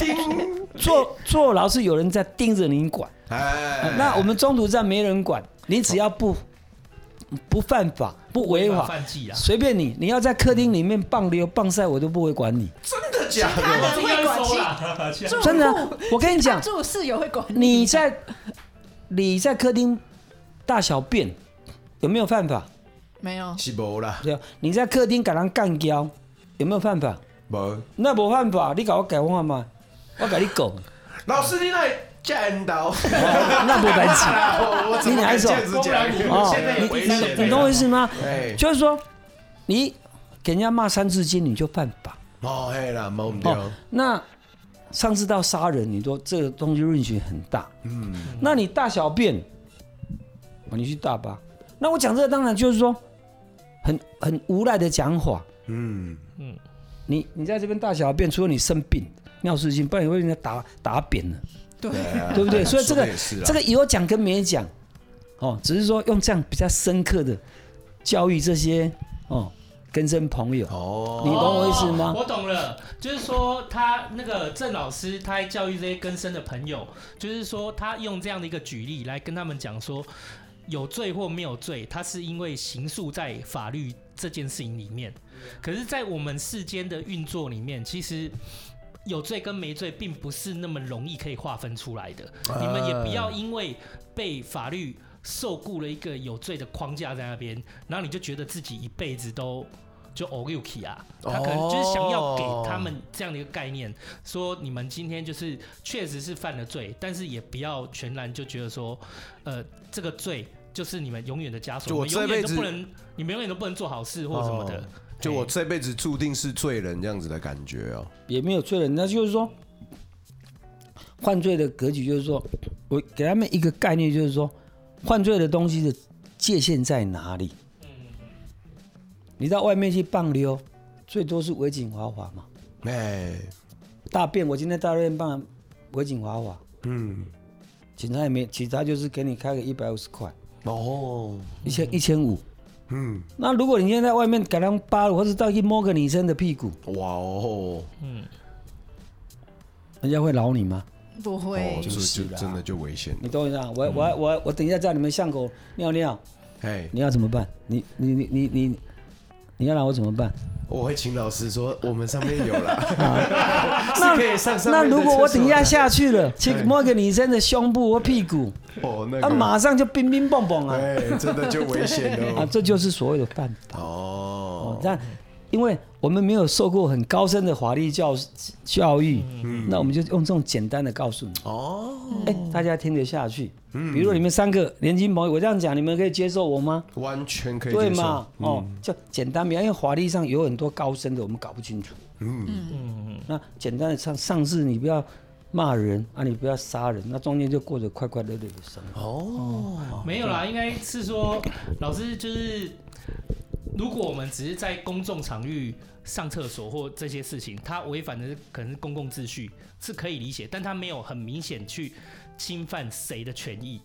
E: 坐坐牢是有人在盯着你管，
B: 哎，
E: 啊那我们中途站没人管，你只要不不犯法、不
D: 哎
E: 违
C: 违法
E: 法，
C: 犯纪啊，
E: 随便你。你要在客厅里面棒溜棒晒，我都不会管你。
B: 真的假
D: 他
B: 的？
D: 们
C: 应该收啦。
D: 住
E: 真的啊
D: 户，
E: 我跟你讲，
D: 住室友会管
E: 你在你在客厅大小便有没有犯法？
D: 没有？
B: 是无啦，
E: 对啊，你在客厅给人干交，有没有犯法？
B: 无。
E: 那没犯法，你搞我改换嘛，我给你讲，
B: 老师，你那见到？
E: 那不白起。
B: 我怎么敢这样子
C: 公
B: 讲
C: 然？
E: 哦
C: 现在有
B: 你
C: 违
B: 你
C: 法的
E: 你懂我意思吗？
B: 哎，
E: 就是说，你给人家骂三字经，你就犯法。
B: 哦，嘿啦，冇唔
E: 哦
B: 对，，
E: 那上次到杀人，你说这个东西润许很大，嗯，那你大小便，哦，你去大吧。那我讲这个当然就是说，很很无赖的讲法，
B: 嗯，
E: 你你在这边大小便，除了你生病尿失禁，不然你会被人家打打扁了。
B: 啊
E: 对不对？ 所以这个这
B: 个
E: 个有讲跟没讲，哦，只是说用这样比较深刻的教育这些哦根深朋友。
B: 哦，
E: 你懂我意思吗
C: 哦我懂了，就是说他那个郑老师，他在教育这些根生的朋友，就是说他用这样的一个举例来跟他们讲说，有罪或没有罪，他是因为刑诉在法律这件事情里面。可是，在我们世间的运作里面，其实。有罪跟没罪，并不是那么容易可以划分出来的。
E: 哎
C: 你们也不要因为被法律受雇了一个有罪的框架在那边，然后你就觉得自己一辈子都就 o u k 啊，
B: 哦
C: 他可能就是想要给他们这样的一个概念，说你们今天就是确实是犯了罪，但是也不要全然就觉得说，呃，这个罪就是你们永远的枷锁，
B: 就我
C: 你们永
B: 这辈
C: 远
B: 子
C: 都不能，你们永远都不能做好事或什么的
B: 哦。就
C: 哎
B: 我这辈子注定是罪人这样子的感觉哦。
E: 也没有罪人，那就是说，犯罪的格局就是说，我给他们一个概念，就是说，犯罪的东西的界限在哪里？你到外面去棒溜，最多是违警划法嘛。
B: 哎，
E: 大便，我今天大便棒违警划法，
B: 嗯，
E: 警察也没，警察就是给你开个一百五十块，
B: 哦，
E: 一千一千五。
B: 嗯，
E: 那如果你现在在外面敢当扒，或是到去摸个女生的屁股，
B: 哇哦，
E: 人家会饶你吗？
D: 不
B: 哦，
D: 会
B: 就是是
E: 啦
B: 就真的就危险
E: 你懂我意思啊？
B: 嗯
E: 我我我我等一下在你们巷口尿尿。
B: 哎，
E: 你要怎么办？你你你你你你要拿我怎么办？
B: 我会请老师说我们上面有 了，是可以上上
E: 那
B: 面的
E: 如果我
B: 厕所啊
E: 等一下
B: 的
E: 下去了，去
B: 哎
E: 摸个女生的胸部或屁股，
B: 哦，那
E: 啊，
B: 个
E: 马上就冰冰蹦蹦啊！
B: 哎，真的就危险
E: 啊，
B: 了。
E: 这就是所谓的犯法。
B: 哦
E: 哦，但因为我们没有受过很高深的法律教教育，
B: 嗯
E: 那我们就用这种简单的告诉你，
B: 哦，
E: 哎，大家听得下去。
B: 嗯
E: 比如你们三个年轻朋友，我这样讲，你们可以接受我吗？
B: 完全可以
E: 对
B: 接受
E: 嘛？哦，就简单明，因为法律上有很多高深的，我们搞不清楚。嗯嗯，那简单的上上市，你不要骂人啊，你不要杀人，那中间就过着快快乐乐的生活。
C: 没有啦，应该是说老师就是，如果我们只是在公众场域上厕所或这些事情，它违反的是可能是公共秩序，是可以理解，但它没有很明显去侵犯谁的权益。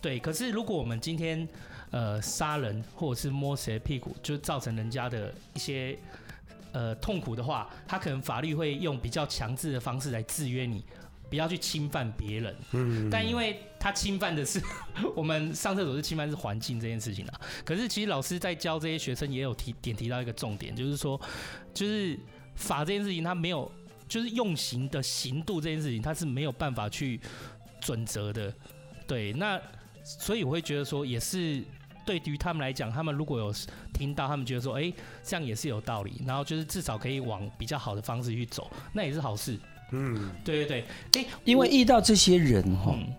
C: 对，可是如果我们今天呃杀人或者是摸谁的屁股，就造成人家的一些呃痛苦的话，他可能法律会用比较强制的方式来制约你，不要去侵犯别人。嗯，但因为他侵犯的是我们上厕所是侵犯是环境这件事情啊。可是其实老师在教这些学生也有提点提到一个重点，就是说，就是法这件事情它没有，就是用刑的刑度这件事情，它是没有办法去准则的。对，那所以我会觉得说，也是对于他们来讲，他们如果有听到，他们觉得说，哎、这样也是有道理，然后就是至少可以往比较好的方式去走，那也是好事。嗯，对对对，哎、
E: 因为遇到这些人哈、
C: 嗯，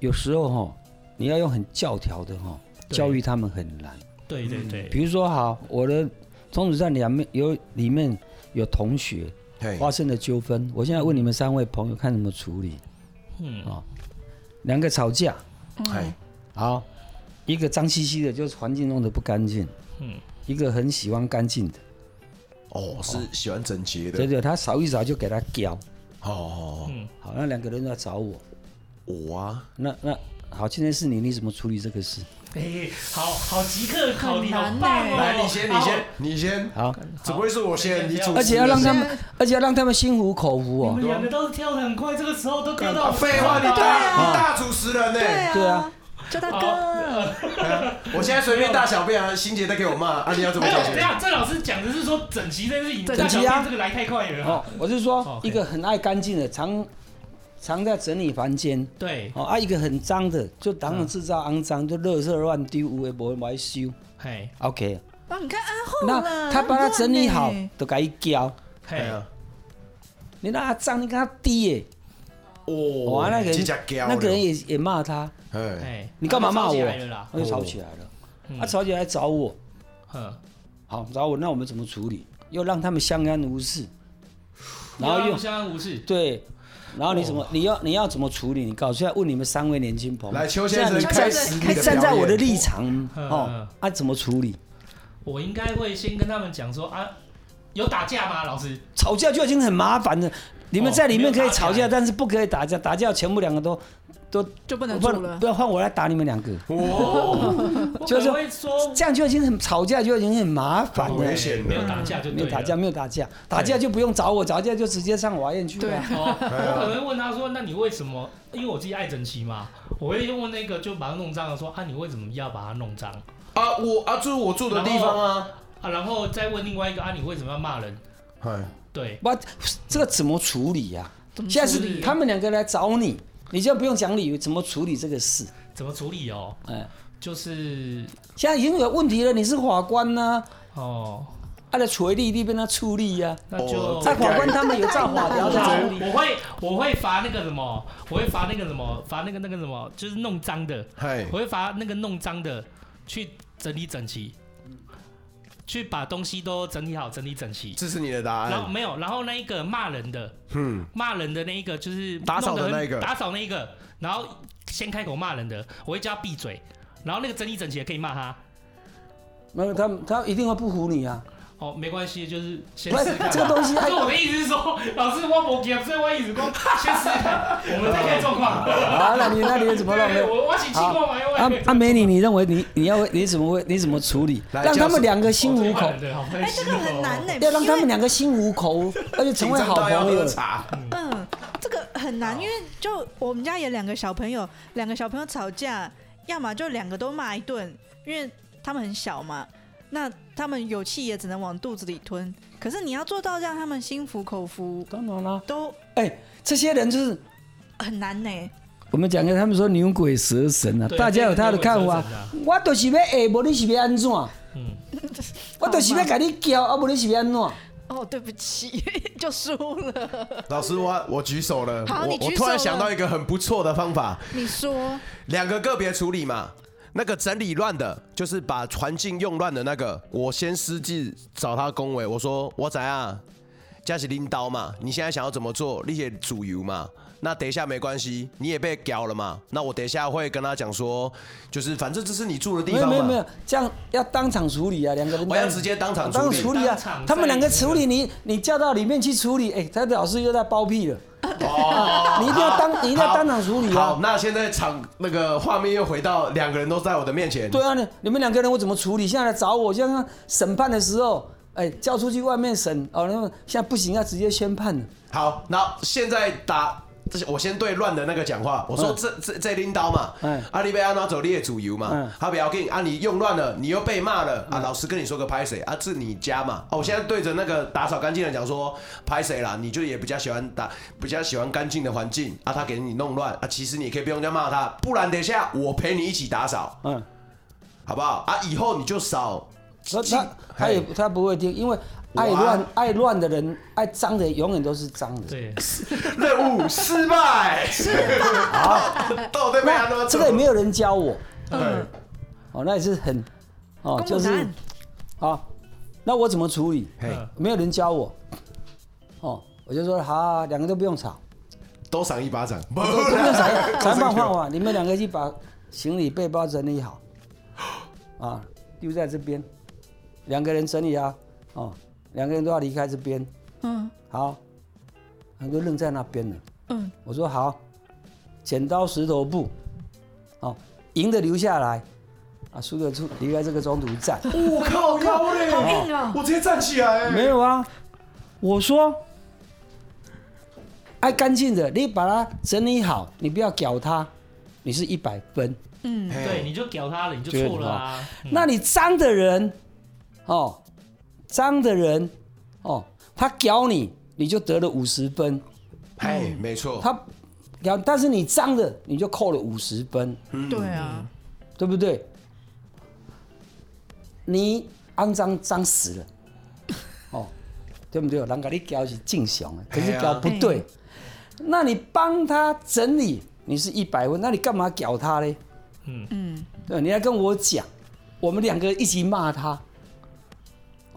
E: 有时候哈、你要用很教条的哈、
C: 对
E: 教育他们很难。
C: 对对对，
E: 比如说，好，我的中子站两面有里面有同学
B: 嘿，
E: 发生了纠纷，我现在问你们三位朋友看怎么处理。哦
C: 嗯，
E: 两个吵架，嗯
B: 哎，
E: 好，一个脏兮兮的，就是环境弄得不干净，
C: 嗯
E: 嗯，一个很喜欢干净的，
B: 哦，是喜欢整洁
E: 对
B: 的，
E: 对，他扫一扫就给他叼。
B: 哦，
E: 好，那两个人要找我，
B: 我啊，
E: 那那好，今天是你，你怎么处理这个事？
C: 哎、好好即刻考题，好
D: 很难
C: 棒哦！
D: 欸
B: 来，你先，你先，你先，
E: 好，
B: 怎么会是我先？你主持
E: 而且要让他们
D: 是，
E: 而且要让他们心服口服
C: 好。你
E: 哦。
C: 们两个都是跳的很快，这个时候都跳到
B: 啊废话，你
C: 对
B: 大你大主持人呢？
E: 啊
B: 欸
E: 对啊，
D: 周大哥，
B: 我现在随便大小便啊，欣姐在给我骂啊，你要怎么
C: 没有，
B: 解
C: 等一
B: 决？
C: 下，郑老师讲的是说整齐这件事情，
E: 整齐啊
C: 大小便这个来太快了。
E: 哦，我是说
C: 哦，OK
E: 一个很爱干净的，常常在整理房间，
C: 对，
E: 哦啊，一个很脏的，就常常制造肮
C: 嗯
E: 脏，就垃圾乱丢，无为不来修。
C: 嘿，
E: OK，
D: 哇，你看安后
E: 那他把它整理好，
D: 欸
E: 都给他教。
C: 嘿，
B: 哎呀
E: 你让他脏，你给他滴耶。
B: 哦
E: 哇，那个
B: 指
E: 人
B: 甲胶
E: 那个人也也骂他，
B: 哎，
C: 嘿，
E: 你干嘛骂
C: 他
E: 我？
C: 们吵起来了啦
E: 他就吵起来了，他吵起来找我，
C: 嗯，
E: 好找我，那我们怎么处理？又让他们相安无事，然后又
C: 相安无事。
E: 对，然后你
B: 哦
E: 怎么你要你要怎么处理？你告诉我，现在问你们三位年轻朋友，
B: 来邱先生
E: 现在你
B: 开
E: 站
B: 始你
E: 开
B: 的
E: 站
B: 表
E: 在我
B: 演
E: 的立场
C: 嗯嗯
E: 哦，啊怎么处理？
C: 我应该会先跟他们讲说啊，有打架吗？老师，
E: 吵架就已经很麻烦了，你们
C: 哦
E: 在里面可
C: 没
E: 以
C: 有打起来
E: 吵架，但是不可以打架，打架全部两个都都
D: 就不能
E: 不
D: 住了
E: 不。要换我来打你们两个，
C: 哦，
E: 就是
C: 我可能会说
E: 这样就已经很吵架，就已经很麻烦
B: 很
E: 了。
B: 危险
C: 没有
B: 的。
C: 打架就
E: 没
C: 对
E: 有
C: 了
E: 打架，。没有打架，打架就不用找我，打架就直接上法院去了。
D: 对
C: 哦，我可能会问他说：“那你为什么？因为我自己爱整齐嘛，我会问那个就把它弄脏的说啊，你为什么要把它弄脏
B: 啊，我啊，这是我住的地方啊。
C: 啊？然后再问另外一个啊，你为什么要骂人？
B: 哎，
C: 对，
E: 哇，这个怎么处理呀、
D: 怎么
E: 现在
D: 处
E: 是
D: 理
E: 他们两个来找你，你就不用讲理由，怎么处理这个事？
C: 怎么处理哦？
E: 哎，
C: 就是
E: 现在已经有问题了，你是法官呐、啊，
C: 哦，
E: 按照锤力你变他处理呀、
C: 那就
B: 哦
E: 在法官他们有照法
C: 我
E: 条在处理。
C: 我会我会罚那个什么，我会罚那个什么，罚那个那个什么，就是弄脏的，
B: 嗨
C: 我，会罚那个弄脏的去整理整齐，去把东西都整理好，整理整齐。
B: 这是你的答
C: 然后
B: 案。
C: 没有，然后那一个骂人的，
B: 哎嗯，
C: 骂人的那一个就是
B: 打扫的
C: 弄得
B: 那
C: 很
B: 一个
C: 打扫那一个，然后先开口骂人的，我会叫他闭嘴，然后那个整理整齐的可以骂他。
E: 没有，他们他一定会不服你啊！
C: 哦，没关系，就是先
E: 不
C: 试
E: 是
C: 试看吧。
E: 这个东西
C: 就我的意思是说，老师我不给，所以我一直讲先试试看，我们再看状况。
E: 啊，那你那你怎么弄？没
C: 对，
E: 有
C: 我我请经过嘛，因为
E: 啊啊，美女，你认为你你要你怎么会你怎么处理？
B: 来
E: 让
B: 教哦
E: 他
B: 室
E: 们两个心无口，
C: 对，好
D: 哎，这个很难呢、
E: 要让他
D: 因
E: 们
D: 为
E: 两个心无口，而且成为
B: 紧
E: 好
B: 张到要
E: 朋友
B: 喝。茶。
D: 嗯，这个很难，因为就我们家也两个小朋友，两个小朋友吵架，要么就两个都骂一顿，因为他们很小嘛，那他们有气也只能往肚子里吞。可是你要做到让他们心服口服，
E: 当然啦，
D: 都
E: 哎，这些人就是
D: 很难欸呢、
E: 我们讲过，他们说牛鬼蛇神啊，
C: 对
E: 大家有他的看法
C: 这个牛鬼蛇。啊
E: 我就是要下，无你是要安怎？
C: 嗯，
E: 我就是要跟你叫，啊，无你是要安怎？
D: 哦，对不 起，就输了。
B: 老师，我我举手了。
D: 好你
B: 我我
D: 举
B: 突然
D: 手
B: 想
D: 了
B: 到一个很不错的方法，
D: 你说
B: 两个个别处理嘛。那个整理乱的，就是把环境用乱的那个，我先私自找他恭维，我说我怎样，嘉是拎刀嘛，你现在想要怎么做，你也主游嘛。那等一下没关系，你也被屌了嘛。那我等一下会跟他讲说，就是反正这是你住的地
E: 没有
B: 方
E: 没有
B: 嘛。
E: 没有，这样要当场处理啊，两个人
B: 我要直接当场处
E: 当
B: 理
E: 场处理啊
C: 当场。
E: 他们两个处理，你你叫到里面去处理，哎，他的老师又在包庇了。
C: 哦
E: 你一定要当，你一定要当场处理
B: 好
E: 啊，。
B: 那现在场那个画面又回到两个人都在我的面前。
E: 对啊，你你们两个人我怎么处理？现在来找我，就像审判的时候，哎，叫出去外面审哦，那么现在不行，要直接宣判了。
B: 好，那现在打。这些我先对乱的那个讲话，我说
E: 嗯
B: 这这这拎刀嘛
E: 嗯，
B: 阿你被安拿走，你也主游嘛
E: 嗯，
B: 他不要给你啊，你用乱了，你又被骂了啊，老师跟你说个拍谁啊，这你家嘛，哦，我现在对着那个打扫干净的讲说拍谁啦，你就也比较喜欢打，比较喜欢干净的环境啊，他给你弄乱啊，其实你也可以不用这样骂他，不然等一下我陪你一起打扫，
E: 嗯。
B: 好不好啊？以后你就少，
E: 他
B: 进
E: 他他也他不会听，因为爱
B: 我啊
E: 乱爱乱的人，爱脏的永远都是脏的。
C: 对，
B: 任务失 败，失 败，到底被安
E: 那
B: 拿
E: 这
B: 走
E: 个也没有人教我，
B: 对
E: 哦，那也是很，哦
D: 公，
E: 就
D: 布
E: 是
D: 答案，
E: 啊，那我怎么处理？
B: 嘿
C: 嗯
E: 没有人教我，哦，我就说好、啊，两个都不用吵，
B: 都赏一巴 掌，不
E: 不用吵，裁判换我，你们两个去把行李背包整理好，啊，丢在这边，两个人整理啊，哦，两个人都要离开这边，
D: 嗯
E: 好，他就愣在那边了。
D: 嗯，
E: 我说好，剪刀石头布，哦，赢的留下来，啊，输的出离开这个中途站。
B: 我靠腰嘞，
D: 好硬哦
B: 我直接站起来，
E: 没有啊，我说，爱干净的，你把它整理好，你不要搞它，你是一百分。
B: 嘿
C: 对，你就屌他了，你就
E: 觉得
C: 错了啊。嗯
E: 那你脏的人，哦，脏的人，哦，他搞你，你就得了五十分。
B: 哎，没错，
E: 他搞，但是你脏的，你就扣了五十分。
B: 嗯
D: 对啊，
E: 对不对？你肮脏脏死 了，哦，对不对？人家你教是正常的，可是教不对，那你帮他整理，你是一百分，那你干嘛搞他嘞？
C: 嗯
E: 嗯，对，你来跟我讲，我们两个一起骂他，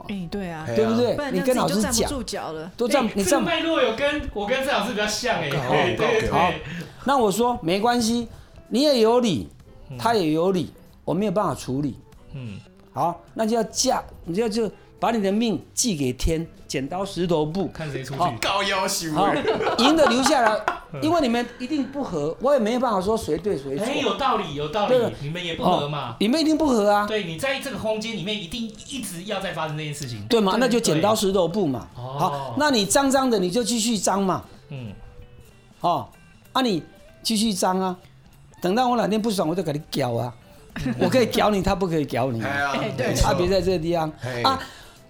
D: 哎、对啊，
B: 嘿
E: 对不对
D: 不？然
E: 你
D: 这
E: 跟
D: 样
E: 老
D: 自己
E: 师
D: 就站不
E: 讲，
D: 住脚了。
E: 都站
C: 哎
E: 你
C: 这
E: 站
C: 个脉络有跟我跟郑老师比较像哎，对对对
B: 好
C: 对，
E: 那我说没关系，你也有理，他也有理，我没有办法处理。
C: 嗯，
E: 好，那就要嫁，你就要就把你的命寄给天，剪刀石头布。
C: 看谁出
E: 好
C: 去。
B: 高腰行
E: 好
B: 为，，
E: 赢的留下来，
C: 嗯
E: 因为你们一定不合，我也没有办法说谁对谁
C: 哎，
E: 错，
C: 有道理，有道
E: 对
C: 理
E: 了，
C: 你们也不合嘛。
E: 你们一定不合啊，
C: 对你在这个空间里面，一定一直要再发生这件事情。
E: 对吗？
C: 对
E: 那就剪刀石头布嘛。
C: 哦
E: 好，那你脏脏的你就继续脏嘛，
C: 嗯，
E: 哦，啊你继续脏啊，等到我哪天不爽我就给你屌啊，
C: 嗯
E: 我可以屌你，他不可以屌你啊。
B: 哎呀，
D: 对
B: 没错
E: 差别在这个地方
B: 嘿
E: 啊。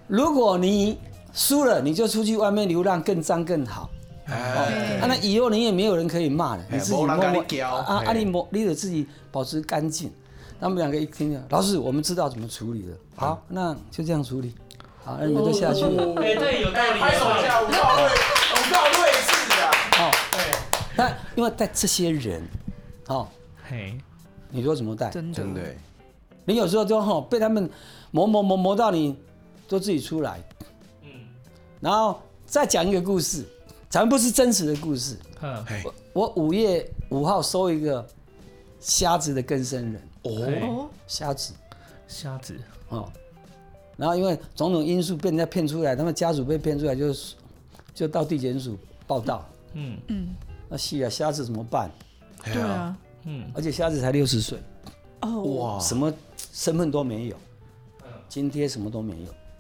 E: 如果你输了，你就出去外面流浪，更脏更好。
B: 哎，
E: 啊，那以后你也没有人可以骂了，
B: 哎
E: 你自己
B: 没
E: 摸
B: 人跟你
E: 摸
B: 搅
E: 啊
B: 哎
E: 啊，你摸，你得自己保持干净。他们两个一听，老师，我们知道怎么处理了，
B: 嗯
E: 好，那就这样处理，好，那你们
D: 哦
E: 就下去
B: 哦
E: 了。
C: 哎，对，有道理，
F: 拍
C: 有
F: 手
C: 道
F: 一
C: 理。
F: 下，五到位，五到位是啊。
E: 好，哦那因为带这些人，哦，
C: 嘿，
E: 你说怎么带？
D: 真的
B: 真的，
E: 你有时候就吼被他们磨磨磨磨到你都自己出来，
C: 嗯
E: 然后再讲一个故事，咱不是真实的故事，
C: 嗯，
B: 哎，
E: 我五月五号收一个虾子的更生人，
C: 哦，
D: 哦，
E: 虾子
C: 瞎子，
E: 哦，然后因为种种因素被人家骗出来，他们家属被骗出来就是就到地检署报道，
C: 嗯
E: 那是啊，虾子怎么办？
B: 哎
D: 对
B: 呀，
D: 啊，
C: 嗯，
E: 而且虾子才六十岁，
D: 哦
B: 哇，
E: 什么身份都没有，津贴什么都没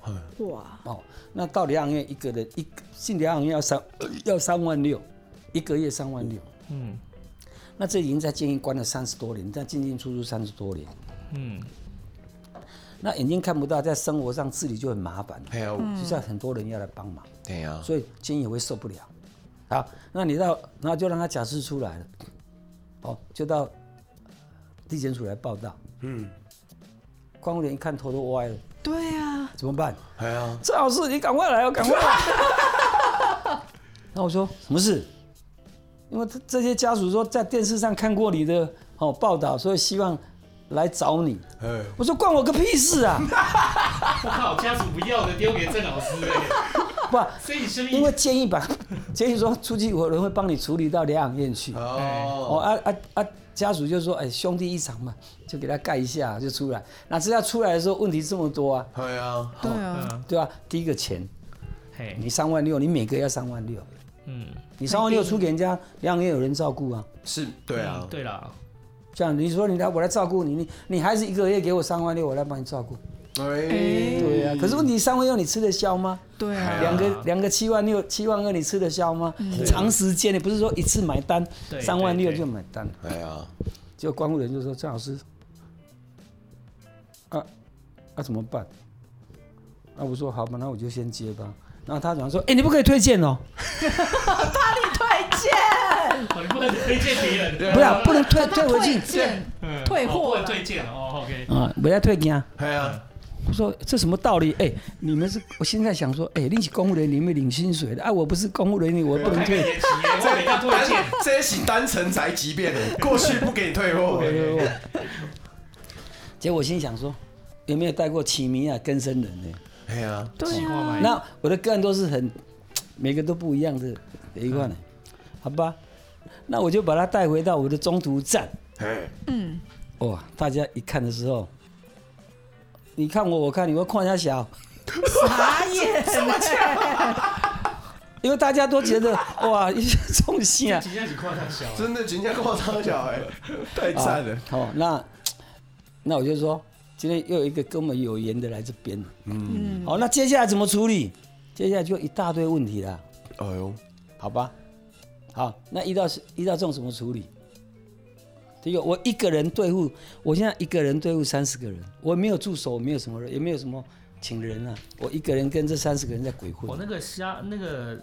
E: 有
D: 哇，
E: 哦。那到疗养院一个人一个进疗养院要三要三万六，一个月三万六，
C: 嗯
E: 那这已经在监狱关了三十多年，但进进出出三十多年。
C: 嗯，
E: 那眼睛看不到，在生活上自理就很麻烦，
B: 哎呀，
E: 现在很多人要来帮忙，
B: 哎呀，
E: 所以金也会受不了。好，那你到，然后就让他假释出来了，哦，就到地检署来报道。嗯，关务员一看头都歪了，
D: 对啊，
E: 怎么办？
B: 哎呀，
E: 郑老师，你赶快来哦，赶快来。 那我说什么事？因为这这些家属说在电视上看过你的哦报道，所以希望来找你。
B: 哎，
E: 我说关我个屁事啊！
C: 我靠，家属不要的丢给郑老师， 哎
E: 不，
C: 所以你生
E: 因
C: 命
E: 为建议把 建议说出去，有人会帮你处理到疗养院去。哦
B: 哦，
E: 啊啊啊！家属就说：“哎，兄弟一场嘛，就给他盖一下就出来。”哪知道出来的时候问题这么多啊，
B: 哎呀，
D: 对啊，
C: 嗯，
E: 对吧、第一个钱，
C: 嘿，
E: 你三万六，你每个要三万六，
C: 嗯，
E: 你三万六出给人家，疗养院有人照顾啊。
B: 是，对啊，
C: 对啦，
E: 这样你说你来我来照顾你，你你孩子一个月给我三万六，我来帮你照顾。
B: 哎，
E: 对啊，可是问题三万六你吃得消吗？
D: 对
B: 哎
D: 啊，
B: 呀
E: 两个两个七万六七万二你吃得消吗？长时间你不是说一次买单
C: 对
E: 三万六
C: 对对
E: 就买单。
B: 哎呀，
E: 结果关护人就说：“郑老师，啊，那、怎么办？”那、我说：“好吧，那我就先接吧。”然后他讲说：“哎、你不可以推荐哦，
C: 哦 你不能推荐别人，
E: 不要不能退退回
D: 退
E: 去
D: 件
C: 嗯
D: 退
C: 哦不
D: 货
C: 能
D: 了，
C: 推荐哦，OK，
E: 啊，不要退给啊。
B: 哎呀，”
E: 我说：“这什么道理？哎、你们是……我现在想说，哎、你是公务人员，你们领薪水的啊，我不是公务人员，我不能
C: 太
E: 退。
C: 别急了，我给他推荐，
B: 这 是单程宅急便的，过去不给退货，
E: 结果我心想说，有没有带过启明啊、根生人呢？
B: 哎呀，
D: 对
C: 喜欢
D: 啊，
C: 买
E: 那我的个案都是很，每个都不一样的的一块呢，好吧？那我就把它带回到我的中途站。
B: 哎，
D: 嗯，
E: 哇，大家一看的时候，你看我，我看你，我看一下小，
D: 傻眼，
E: 因为大家都觉得哇，一些重心啊，
C: 几件几块太 小了，
B: 真的今天夸张小哎，太赞了，
E: 啊好、那那我就说，今天又有一个跟我们有缘的来这边了，嗯，好、那接下来怎么处理？接下来就一大堆问题啦，
B: 哎呦，
E: 好吧？好，那遇到遇到这种怎么处理？第一个，我一个人对付，我现在一个人对付三十个人，我没有助手，我没有什么人，也没有什么请人啊，我一个人跟这三十个人在鬼混
C: 我。哦那个虾那个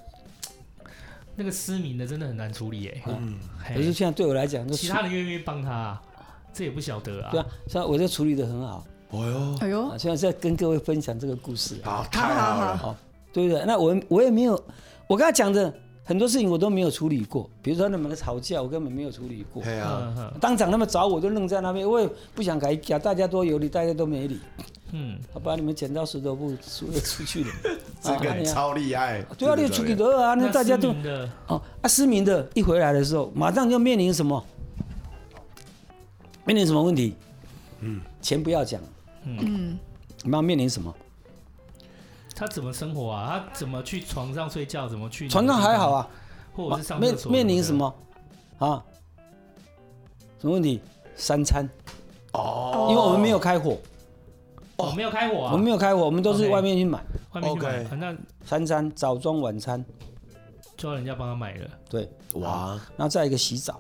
C: 那个失明的真的很难处理哎，嗯，
E: 可是现在对我来讲，就
C: 其他人愿不愿意帮他啊，这也不晓得
E: 对
C: 啊，
E: 啊，现在我就处理的很好
B: 哎呦，
D: 哎呦
E: 啊，，现在在跟各位分享这个故事啊，
B: 好，太好了，
E: 好，对不对？那我我也没有，我刚才讲的很多事情我都没有处理过，比如说他们吵架，我根本没有处理过。
B: 哎呀，，
C: 嗯哼
E: 当场他们找我就愣在那边，我也不想改讲，大家都有理，大家都没理，
C: 嗯。
E: 好把你们剪刀石头布输了出去了
B: 这个
E: 啊
B: 你超厉害，
E: 对啊，你出去多啊，那大家都
C: 失明的
E: 哦啊，失明的一回来的时候，马上就面临什么？面临什么问题？嗯，钱不要讲，
D: 嗯，
E: 你们要面临什么？
C: 他怎么生活啊？他怎么去床上睡觉？怎么去
E: 船上还好啊，
C: 或者是上
E: 面
C: 厕所
E: 面临什么？啊，什么问题？三餐，
B: 哦
E: 因为我们没
C: 哦
E: 有开火，
C: 我没有开火
E: 我
C: 啊
E: 们，没有开火，我们都是
C: OK
E: 外面去买
C: 外面去买
B: OK，
C: 啊那
E: 三餐，早中晚餐，
C: 就要人家帮他买了。
E: 对，
B: 哇
E: 然后再一个洗澡，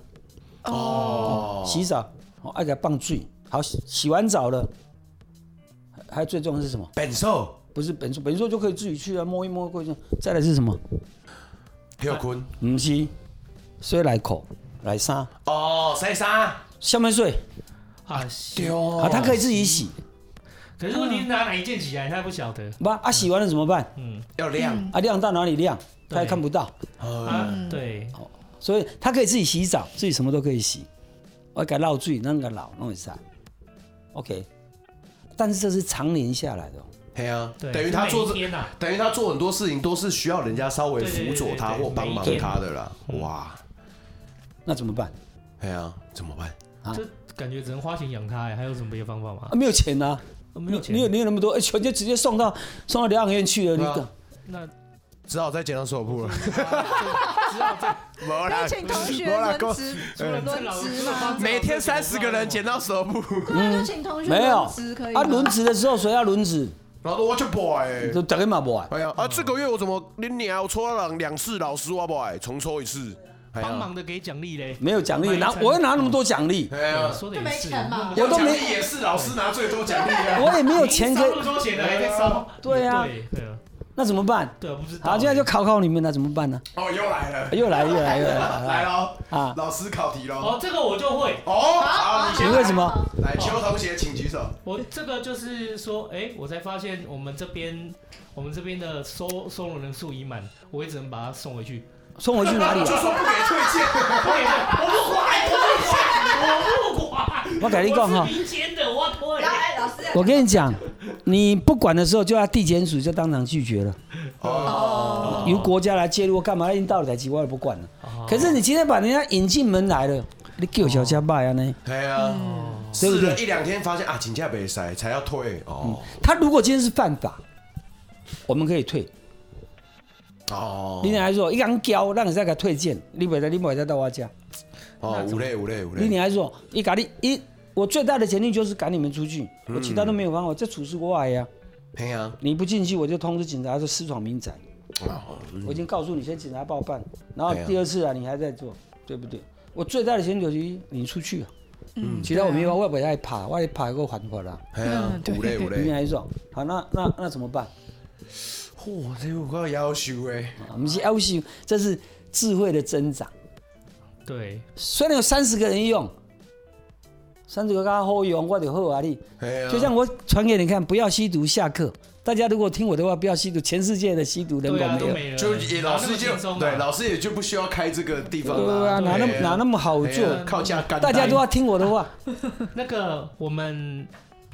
B: 哦，
E: 洗澡，哦，爱给它棒醉，好，洗洗完澡了，还还有最重要的是什么？
B: 本寿
E: 不是本硕，本硕就可以自己去啊，摸一摸过去。再来是什么？
B: 有坤
E: 唔是，水来口来沙，
B: 哦，谁杀
E: 下面水
C: 啊，
B: 丢
E: 啊，他可以自己洗，
C: 可是问题是拿哪一件起来，他不晓得。
E: 不啊，洗完了怎么办？
C: 嗯
B: 要亮
E: 啊，晾到哪里晾？
C: 对
E: 他也看不到，
B: 啊，
C: 啊，对，
E: 所以他可以自己洗澡，自己什么都可以洗。我给他绕醉，那个老弄一下，OK。但是这是常年下来的哦，
B: 嘿啊，
C: 对，
B: 等于他做
C: 每
B: 这。
C: 一天啊呐，
B: 等于他做很多事情都是需要人家稍微辅佐他
C: 对对对对
B: 或帮忙
C: 每一天
B: 他的啦。哇，
E: 那怎么办？
B: 哎呀，怎么办？
E: 啊
C: 这感觉只能花钱养他哎，还有什么别的方法吗
E: 啊，？没有钱啊，
C: 呃没有钱
E: 你，有你有那么多，哎，全就直接送到送到疗养院去了，你
B: 对啊
E: 干
C: 那
B: 只好再剪到手铺了。 没
E: 哎
D: 那请同学轮值，
E: 嗯
D: 轮值吗？
B: 每天三十个人捡到手部，
D: 对啊，就请同学
E: 没有
D: 轮值可以
E: 啊，
D: 吗
E: 轮值的时候谁要轮值？
B: 然后都我就 boy。
E: 就大家嘛不爱。
B: 哎呀啊！这个月我怎么你你我抽了两两次老师哇 boy，重抽一次。哎呀
C: 帮忙的给奖励嘞，
E: 没有奖励，
C: 买一
E: 拿
C: 餐
E: 我要拿那么多奖励，
B: 哎
C: 对啊
B: 呀，
C: 说的
D: 就
C: 也
D: 没
C: 是，
D: 钱嘛
E: 我都没
B: 奖励也是老师拿最多奖励啊。
E: 我也没有钱 可
C: 烧那
E: 以，
C: 么多钱的还在烧，
E: 对啊
C: 对对啊
E: 那怎么办？
C: 对啊，不知道。
E: 好，现在就考考你们了，怎么办呢？
B: 哦，又来了，
E: 又来又来又来
B: 来喽！
E: 啊！
B: 老师考题喽。
C: 哦，这个我就会，
B: 哦，好，你
E: 你
B: 先
E: 为什么？
B: 来，邱同学请举手。
C: 我这个就是说，哎、我才发现我们这边我们这边的收收容人数已满，我也只能把它送回去。
E: 送回去哪里
B: 就
E: 啊？
B: 说不给推荐，
C: 不给我不管，我不管，我不管。
E: 我跟你讲哈
C: 我是民间的，我不会。
G: 来，老师，
E: 我跟你讲，你不管的时候就要地检署就当场拒绝了，
C: 哦
E: 由国家来介入干嘛？那你到底台籍我也不管了。
C: 哦
E: 可是你今天把人家引进门来了，你叫小家霸呀呢？
B: 对啊，
E: 对不
B: 试
E: 对
B: 了一两天，发现啊，请假被塞，才要退哦
E: 他如果今天是犯法，我们可以退。
B: 哦
E: 你来说，一个人交，让你再给他退件，你不会再你不会再到我家。
B: 哦，五类五类五
E: 你你
B: 类，
E: 还说，你赶你一，我最大的权利就是赶你们出去，我其他都没有
C: 嗯
E: 办法，这处事我啊爱呀、
B: 嘿呀，
E: 你不进去，我就通知警察说私闯民宅。
B: 哦
E: 我已经告诉你，先警察报办，然后
B: 对啊
E: 第二次啊，你还在做，对不对？我最大的权利就是你出去啊，嗯，其他我
C: 啊
E: 没有，我也不爱怕，我也怕给我还回来。
B: 嘿呀，
D: 对
B: 五类五
E: 你
B: 类，
E: 还说，好，那那那怎么办？
B: 嚯，这有个要求哎，
E: 啊我们是 L C，这是智慧的增长。
C: 对，
E: 虽然有三十个人用，三十个刚好用，我就好啊你。
B: 嘿哎呀，
E: 就像我传给你看，不要吸毒，下课。大家如果听我的话，不要吸毒，全世界的吸毒人口
C: 对啊，都
E: 没有。
C: 没了。
B: 就也老师就
C: 哪那么轻松啊
B: 对，老师也就不需要开这个地方
E: 对
B: 啦，
E: 啊，哪那么
B: 对啊
E: 哪那么好
B: 嘿
E: 做？
B: 呀靠架杆带，
E: 大家都要听我的 话。
C: 那个我们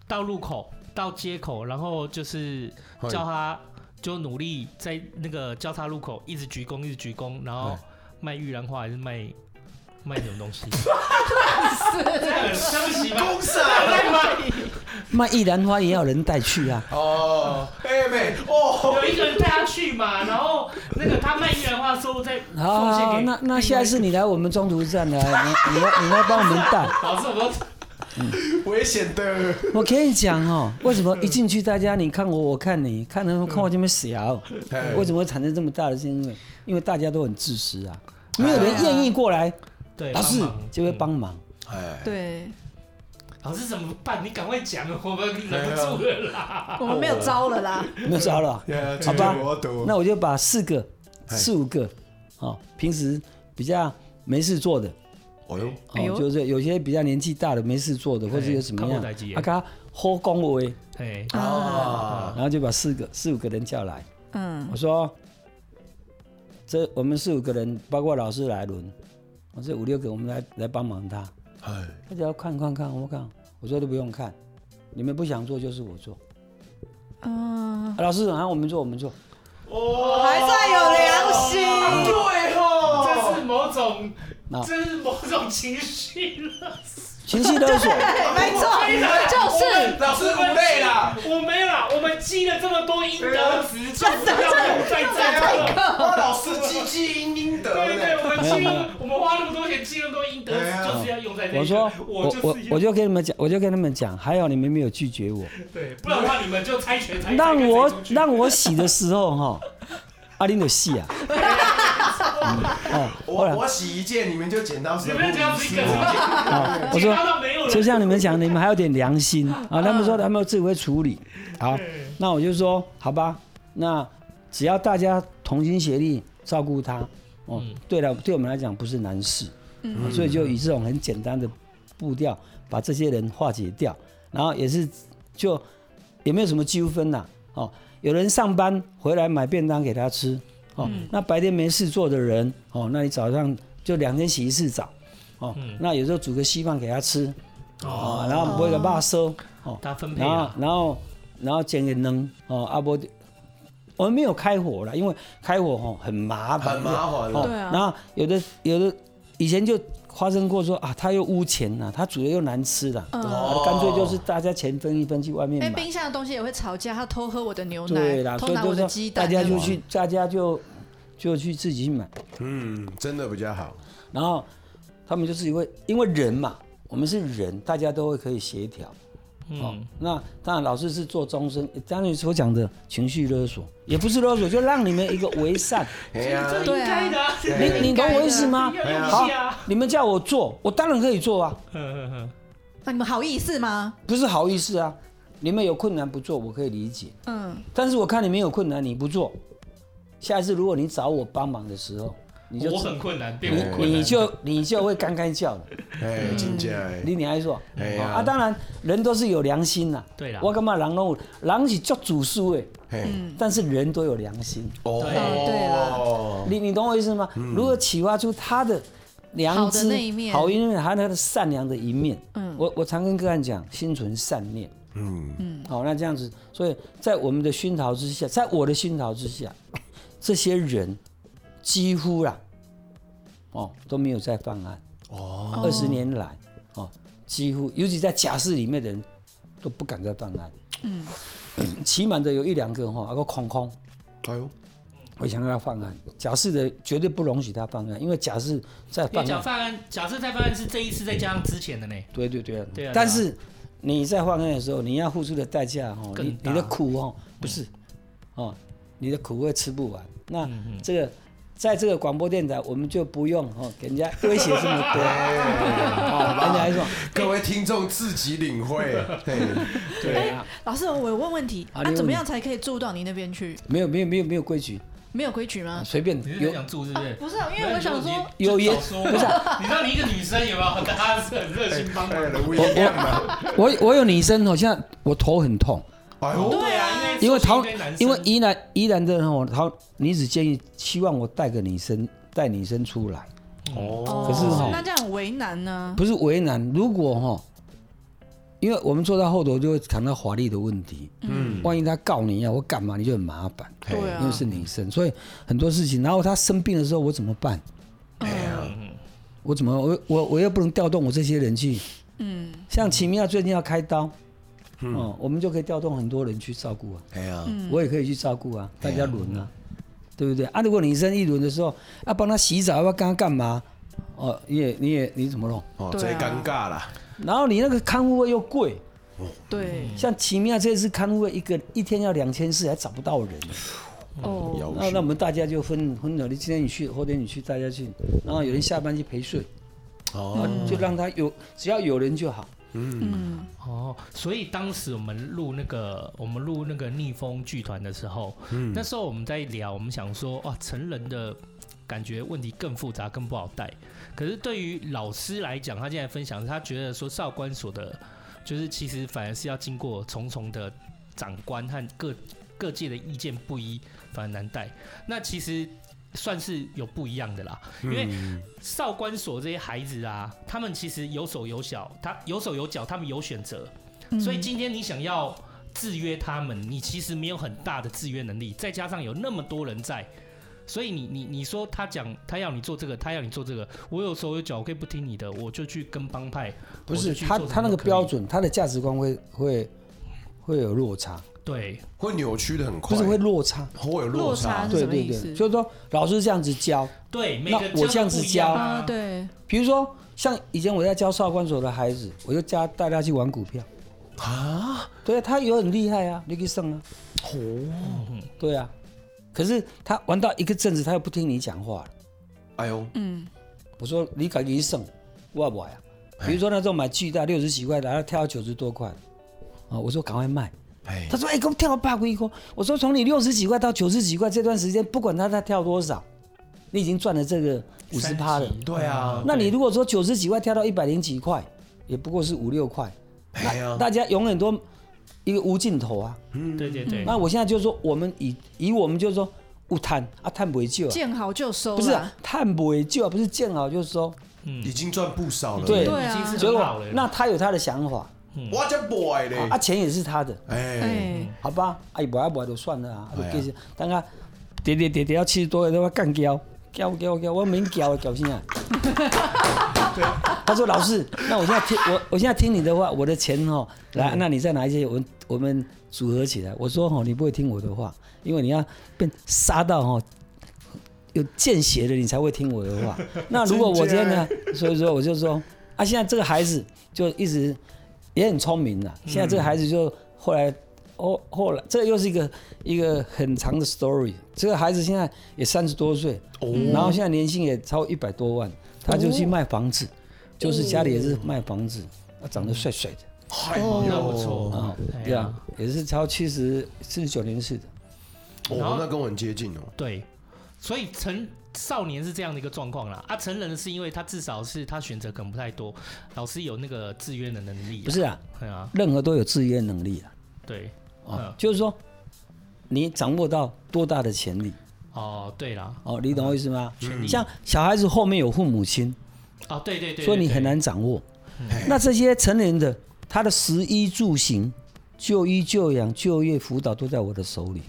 C: 到路口到街口，然后就是
B: 嘿
C: 叫他就努力在那个交叉路口一直鞠躬，一直鞠躬，然后卖玉兰花还是卖 卖什么东西？这很伤心吗？
B: 公审
C: 在卖
E: 卖一兰花也要人带去啊。
B: 哦，妹妹哦，
C: 有一个人带他去嘛，然后那个他卖玉兰花的收入再
E: 好
C: 奉献
E: 好，啊
C: 给
E: 那那下一次
C: 另
E: 你来我们中途站来，你你要你要帮我们带。
C: 外老师我
B: 危险的，
E: 我跟你讲哦，为什么一进去大家你看我我看你，看人看我这边小，
B: 哎
E: 为什么会产生这么大的？是因为因为大家都很自私啊，没有人愿意过来，
C: 对
E: 老师
C: 哎帮忙
E: 就会帮
C: 嗯
E: 忙。
B: 哎，
D: 对，
C: 老师怎么办？你赶快讲，我们忍不住了啦。
D: 我们没有招了 啦。
C: 嗯
E: 没有招了
C: 哎
E: 啊。
B: 哎呀
E: 好吧
B: 这个我懂
E: 那我就把四个、
B: 哎
E: 四五个，哦，平时比较没事做的，
B: 哦呦，
D: 哎呦
E: 哦，就是有些比较年纪大的没事做的，或者有什么
C: 看
E: 样
C: 不来几，眼
E: 啊，他喝公我威，
C: 哎，
B: 啊，
E: 然后就把四个、四五个人叫来，
D: 嗯
E: 我说，这我们四五个人，包括老师来轮，我这五六个我们来来帮忙他，
B: 哎，
E: 他只要看看看，我看，我说都不用看，你们不想做就是我做，
D: 嗯，
E: 啊老师啊，我们做我们做，
C: 哦
D: 还算有良心。
B: 对哦，
C: 这是某种
E: 那，
C: 这是某种情绪了。
E: 情绪勒索，
D: 没错，
G: 就是
F: 老师我累了，
C: 我没了，我们积了这么多应得值，就是要用在这个。
F: 哇，老师积积阴阴德
C: 对
F: 呢。
C: 对，我们积了，我们花那么多钱积那么多应得值，就是要用在这个。
E: 我说
C: 我
E: 我
C: 就
E: 我
C: 是
E: 我就跟你们讲，我就跟你们讲，还好你们没有拒绝我，
C: 对，不然的话你们就猜拳猜。
E: 让我让
C: 我
E: 我洗的时候哈，阿玲有戏啊，哦，后来
F: 我我洗一件，你们就剪刀石头
C: 你们只要
F: 布。
C: 是一个人，
E: 啊，我
C: 其
E: 说
C: 他都没有
E: 就
C: 人。
E: 像你们讲，你们还有点良心啊，他们说他们自己会处理，好，那我就说好吧，那只要大家同心协力照顾他，哦，对了，对我们来讲不是难事，嗯、所以就以这种很简单的步调把这些人化解掉，然后也是就也没有什么纠纷呐、哦，有人上班回来买便当给他吃，哦，那白天没事做的人，哦，那你早上就两天洗一次澡，哦，那有时候煮个稀饭给他吃，哦，然后不会给爸收，哦，
C: 他分配
E: 然后
C: 啊，
E: 然后然后捡给扔，哦，阿伯。我们没有开火了，因为开火吼很麻烦，
B: 很麻烦
E: 哦，
D: 对啊
E: 然后有的有的以前就发生过说啊，他又污钱呐、他煮的又难吃的，哦
D: 嗯
E: 干脆就是大家钱分一分去外面
D: 哎，
E: 买。
D: 冰箱的东西也会吵架，他偷喝我的牛
E: 对啦，
D: 奶，
E: 所
D: 偷
E: 以
D: 拿我的
E: 就
D: 鸡
E: 是
D: 蛋，
E: 大家就
D: 那种
E: 去，大家就就去自己去买，
B: 嗯，真的比较好。
E: 然后他们就自己会，因为人嘛，我们是人，大家都会可以协调。
C: 嗯
E: 哦，那当然，老师是做终身，当然所讲的情绪勒索，也不是勒索，就让你们一个 为善。
B: 哎呀，
C: 这应该的啊。
E: 你你懂我意思吗
C: 应该的？
E: 好
C: 应该啊，
E: 你们叫我做，我当然可以做啊。
D: 那你们好意思吗？
E: 不是好意思啊，你们有困难不做，我可以理解。
D: 嗯，
E: 但是我看你们有困难，你不做，下一次如果你找我帮忙的时候，你就
C: 我很困难，变我
E: 你
C: 困难。
E: 你就你就会干干叫了。
B: 哎，金姐，
E: 你你还说，
B: 哎
E: 哦
B: 呀
E: 啊，当然人都是有良心呐。
C: 对啦
E: 我干嘛人都有人是做主事的，
B: 嘿，
D: 嗯
E: 但是人都有良心。
D: 哦对
B: 哦，嗯
E: 你你懂我意思吗？如何启发出他的良知、
D: 好的那一面
E: 好一面，还有他的善良的一面？嗯，我我常跟个案讲，心存善念。
B: 嗯，
E: 好，那这样子，所以在我们的熏陶之下，在我的熏陶之下，这些人几乎啦，哦都没有再犯案。哦，二十年来，哦，几乎尤其在假释里面的人都不敢再犯案。嗯， 起码的有一两个哈，啊那个空空，
B: 哎呦，
E: 我想让他犯案。假释的绝对不容许他犯案，因为假释在
C: 因为
E: 犯
C: 假
E: 案，
C: 犯案，假设再犯案是这一次再加上之前的呢，
E: 对对对啊
C: 对啊
E: 但是你在犯案的时候，你要付出的代价哦，
C: 更
E: 你
C: 大嗯
E: 你的苦哦，不是哦，你的苦会吃不完。那
C: 嗯
E: 这个在这个广播电台，我们就不用哦给 人家威胁这么多哦，人家还说
B: 各位听众自己领会。 嘿，
E: 对啊，
D: 老师，我有问问题，
E: 啊
D: 那
E: 你
D: 怎
E: 问
D: 么样才可以住到你那边去？
E: 没有没有没有没有规矩，
D: 没有规矩吗？
E: 随便
C: 啊你是
E: 有
C: 很想住是不是？
D: 不是啊，因为我想说，
E: 有也啊
C: 早说嘛，不是，你知道你一个女生有没有？大家是很热心帮忙
B: 哎
C: 的。
B: 不一样啊。
E: 我我有女生哦，现在我头很痛。
B: 哎
E: 嗯
B: 呦，
C: 对啊，
E: 因为
C: 桃
E: 桃，因为宜兰宜兰的哦，桃女子建议希望我带个女生带女生出来，
B: 哦，
E: 可是哈
D: 那这样很为难呢。
E: 不是为难。如果哈，因为我们坐在后头就会谈到法律的问题，嗯，万一他告你啊，我干嘛你就很麻烦，
D: 对啊
E: 因为是女生，所以很多事情。然后他生病的时候我怎么办？
D: 嗯
E: 我怎么我我我又不能调动我这些人去，嗯，像奇妙最近要开刀，
D: 嗯
E: 哦，我们就可以调动很多人去照顾啊。
B: 哎呀，
E: 我也可以去照顾啊，
D: 哎
E: 大家轮啊，对不对？啊，如果你生一轮的时候，要、帮他洗澡，要帮他干嘛？哦，你也你也你怎么弄？
B: 哦，
D: 对
B: 这
D: 啊
B: 尴尬了。
E: 然后你那个看护费又贵，
D: 对，
E: 像奇妙这次看护费一个一天要两千四，还找不到人。嗯
D: 哦，
B: 要不
E: 那那我们大家就分分了，你今天你去，后天你去，大家去，然后有人下班去陪睡，啊
B: 哦，
D: 嗯
E: 就让他有只要有人就好。
C: 哦，所以当时我们录那个，我们录那个逆风剧团的时候，
E: 嗯
C: 那时候我们在聊，我们想说，哇，成人的感觉问题更复杂，更不好带。可是对于老师来讲，他现在分享，他觉得说少管所的，就是其实反而是要经过重重的长官和各各界的意见不一，反而难带。那其实。算是有不一样的啦，因为
E: 嗯
C: 少管所这些孩子啊，他们其实有手有脚，他有手有脚，他们有选择，所以今天你想要制约他们，你其实没有很大的制约能力，再加上有那么多人在，所以你你你说他讲他要你做这个，他要你做这个，我有手有脚，我可以不听你的，我就去跟帮派。
E: 不
C: 我
E: 是
C: 就去
E: 他
C: 做什么
E: 他那个
C: 都可以
E: 标，准，他的价值观会会会有落差，
C: 对
B: 会扭曲的很
E: 不
B: 快，
E: 是会落差。
B: 会有
D: 落
B: 落
D: 差
B: 差
D: 是。
E: 对
D: 什么
E: 对
D: 意思
E: 对，就是说老师这样子教，
C: 对，每
E: 那
C: 个
E: 我这样
C: 子教的
E: 子教
C: 不一样
D: 啊
C: 啊，，
D: 对，
E: 比如说像以前我在教少管所的孩子，我就教带他去玩股票啊，对啊，他也很厉害啊，你可以上啊，哦，对啊，可是他玩到一个阵子，他又不听你讲话了。
B: 哎呦，
D: 嗯，
E: 我说你敢去上，我不呀、啊。比如说那时候买巨大六十几块的，他跳到九十多块，啊，我说赶快卖。
B: 哎
E: 他，说：“哎、欸，给我跳到八块一块。”我说：“从你六十几块到九十几块这段时间，不管他他跳多少，你已经赚了这个五十趴嗯了
C: 三。级
B: 对啊
E: 那你如果说九十几块跳到一百零几块，也不过是五六块。
B: 哎呀，
E: 大家永远都一个无尽头啊。
C: 对对
B: 哎
C: 对，
E: 那我现在就是说，我们以以我们就是说，不贪啊，贪不会救、啊，
D: 见好就收啦，
E: 不是啊贪不会救、啊，不是见好就收。
C: 嗯
B: 已，经赚不少了。
E: 对
D: 对啊
C: 已经是
E: 结
C: 很
E: 果
C: 好了。
E: 那他有他的想法
B: 我这 boy
E: 啊
B: 嘞，
E: 啊，钱也是他的。”
B: 哎，
D: 哎，
E: 好吧，啊伊无爱无就算了啊，啊就
B: 哎呀
E: 继续。等下跌跌跌跌到七十多岁，都要干胶，胶胶胶，我免胶的，胶啊啥？他说老师，那我现在听我我现在听你的话，我的钱哦，来，那你再拿一些，我们我们组合起来。我说哦，你不会听我的话，因为你要变杀到哦。有见血的，你才会听我的话。那如果我今天呢？所以说，我就说啊，现在这个孩子就一直也很聪明了。现在这个孩子就后来后后来，这又是一个一个很长的 story。这个孩子现在也三十多岁，然后现在年薪也超一百多万，他就去卖房子，就是家里也是卖房子，
C: 嗯
E: 他长得帅帅的
B: 嗨
C: 那
B: 呦，
C: 不错
E: 啊，，
C: 哎
E: 对啊，也是超七十四十九年次的。
C: 然
B: 哦
C: 后，
B: 那跟我很接近哦。
C: 对，所以成少年是这样的一个状况啦。啊，成人是因为他至少是他选择可能不太多，老师有那个制约的能力、
E: 不，是啊，
C: 对啊，
E: 任何都有制约能力啊，
C: 对，嗯
E: 啊，就是说你掌握到多大的潜力
C: 哦，对啦，
E: 哦，你懂我意思吗？
C: 权利
E: 像小孩子后面有父母亲，
C: 啊，对嗯对对嗯
E: 所以你
C: 对
E: 很难掌握。那这些成人的他的食衣住行、就医就养、就业辅导都在我的手里。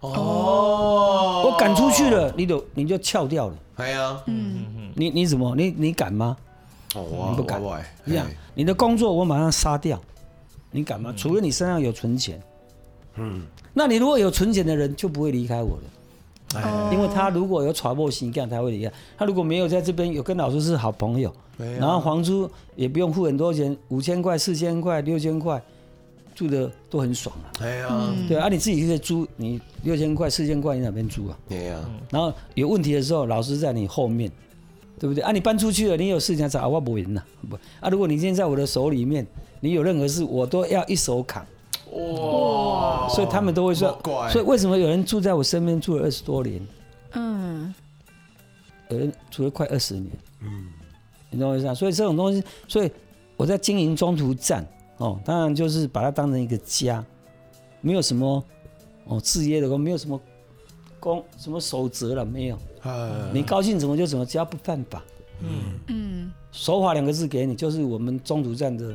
B: 哦，
E: 我赶出去了，你就你就翘掉了。
B: 哎呀，
C: 嗯
E: 你你怎么你你敢吗？
B: 哦，我
E: 你嗯不敢
B: 我我
E: 你想
B: 哎
E: 你的工作我马上杀掉，你敢
B: 嗯
E: 吗？除非你身上有存钱。嗯，那你如果有存钱的人就不会离开我了，
B: 哎
E: 因为他如果有传播情感，他会离开；他如果没有在这边有跟老师是好朋友，
B: 对啊
E: 然后房租也不用付很多钱，五千块、四千块、六千块，住的都很爽啊。
B: 哎呀，
E: 对啊，你自己去租，你六千块、四千块，你哪边租啊？
B: 哎呀，
E: 然后有问题的时候，老师在你后面，对不对？啊，你搬出去了，你有事情找啊我不赢了，不啊，如果你今天在我的手里面，你有任何事我都要一手扛，
B: 哇，
E: 所以他们都会说
B: 好，哦怪
E: 所以为什么有人住在我身边住了二十多年，
D: 嗯，
E: 有人住了快二十年，嗯，你懂我意思啊？所以这种东西，所以我在经营中途站哦，当然就是把它当成一个家，没有什么哦制约的，没有什么公什么守则了，没有。
B: 哎
E: 你高兴怎么就怎么，只要不犯法。
C: 嗯
E: 守法两个字给你，就是我们中途站的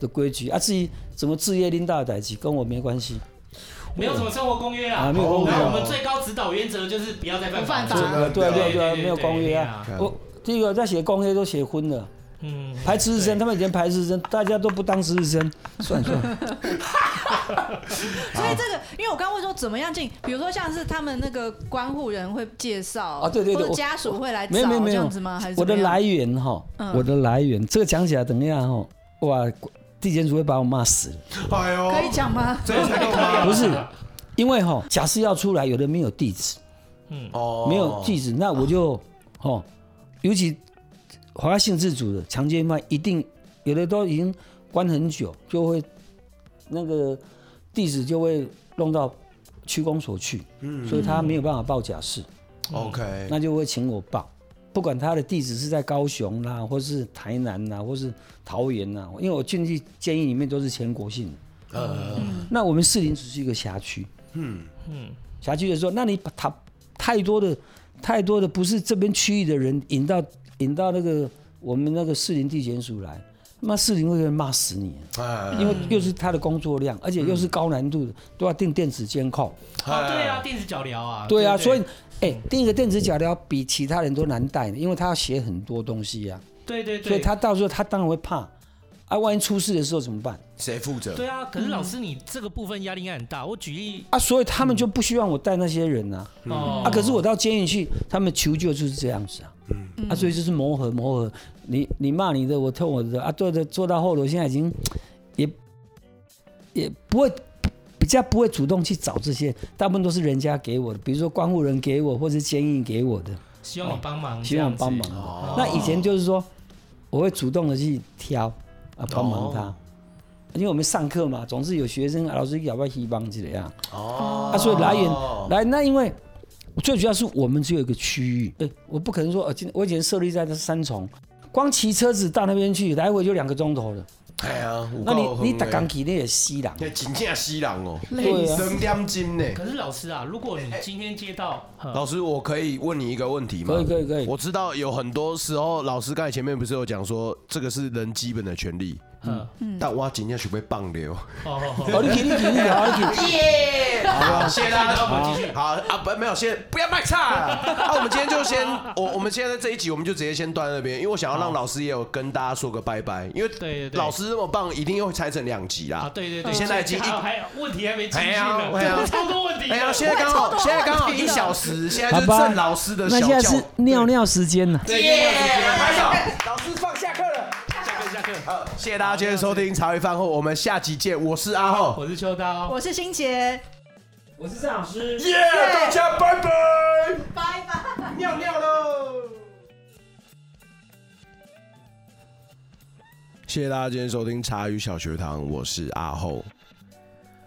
E: 的规矩啊。至于怎么置业领导的代志，跟我没关系。
C: 没有什么生活公约啦，
E: 啊没有公约
C: 然后我们最高指导原则就是不要再犯
D: 不
C: 法
D: 犯法
E: 对啊对啊对啊对啊，没有公约啊
B: 对啊。
E: 我第一个在写公约都写昏了，
C: 嗯，
E: 排实习生，他们以前排实习生，大家都不当实习生，算了算了。
D: 所以这个，因为我刚刚问说怎么样进，比如说像是他们那个关护人会介绍
E: 啊对对对
D: 或者
E: 我
D: 家属会来找
E: 没有没有没
D: 这
E: 有
D: 样子吗？还是，
E: 我的
D: 怎么样嗯
E: 来源哈，我的来源，这个讲起来等一下哈，哇，地检署会把我骂死了。
B: 哎呦，
D: 可以讲吗？
B: 这才够吗？
E: 不是，因为哈，假释要出来，有的没有地址。
B: 哦，
E: 没有地址，那我就哦，尤其华夏性自主的强奸犯，一定有的都已经关很久，就会那个地址就会弄到区公所去，所以他没有办法报假释，
B: 哦，OK，
E: 那就会请我报。不管他的地址是在高雄啦、或是台南啦、或是桃园啦、因为我进去监狱里面都是全国性的，
B: 呃，
E: 那我们士林只是一个辖区，嗯嗯，辖区的时候，那你把他太多的太多的不是这边区域的人引到引到那个我们那个士林地检署来，那四零会人骂死你，
B: 哎
E: 因为又是他的工作量，而且又是高难度的，都要定电子监控。
C: 哦，对啊，电子脚镣啊，
E: 对啊，
C: 不
E: 所以哎、定一个电子脚镣比其他人都难带的，因为他要写很多东西呀、
C: 对对对，
E: 所以他到时候他当然会怕，啊，万一出事的时候怎么办？
B: 谁负责？
C: 对啊，可是老
E: 嗯
C: 师你这个部分压力应该很大。我举例
E: 啊，所以他们就不希望我带那些人啊。
C: 哦，
E: 啊，可是我到监狱去，他们求救就是这样子啊，
C: 嗯
E: 啊，所以就是磨合磨合，你你骂你的，我痛我的，啊，做的做到后头，现在已经也也不会比较不会主动去找这些，大部分都是人家给我的，比如说关护人给我，或者监狱给我的，
C: 希望你帮忙，
E: 哦希望帮忙
C: 哦这样子哦
E: 的。
B: 哦
E: 那以前就是说，我会主动的去挑啊，帮忙他。
C: 哦
E: 因为我们上课嘛，总是有学生、啊、老师要不要去帮之类啊。哦，啊，所以来源来那因为最主要是我们只有一个区域，对，我不可能说，呃，今我以前设立在这三重，光骑车子到那边去，来回就两个钟头了。
B: 哎呀，有够
E: 那你你
B: 昏
E: 打
B: 的
E: 钢去你也 西人，
B: 那真正西人哦，
E: 对啊
B: 三点钟呢。
C: 可是老师啊，如果你今天接到，呵
B: 老师，我可以问你一个问题吗？
E: 可以可以可以
B: 我知道有很多时候，老师刚才前面不是有讲说，这个是人基本的权利，
E: 嗯
C: 呵
B: 但我今天学会棒流。
C: 哦哦
B: 嗯
E: 哦，你去你去你去，好你去。
B: 好，谢谢大家，
C: 好我们继续
B: 好啊，不，没有，先不要卖菜了。那我们今天就先，我我们现在这一集我们就直接先断在那边，因为我想要让老师也有跟大家说个拜拜，因为
C: 对对
B: 老师这么棒，一定又会拆成两集
C: 哦，啊
B: 啦。
C: 对对对，
B: 现在已经一
C: 还有还有问题还没进去
B: 哎呀
C: 呢，
B: 哎呀
C: 超多问题的，
B: 哎呀，现在刚好，现在刚好一小时，现在就是
E: 好吧
B: 郑老师的
E: 那
B: 小
E: 现在
B: 教
E: 是尿尿时间了。
C: 对对对对对
B: 拍手。
F: 老师放下课了。
C: 下课下课，
B: 好谢谢大家今天收听茶余饭后，我们下集见。我是阿厚，
C: 我是秋刀，
D: 我是心杰，
E: 我是郑老师。
B: 耶，大家拜拜，
D: 拜拜。
B: 尿尿喽。谢谢大家今天收听茶余小学堂，我是阿厚。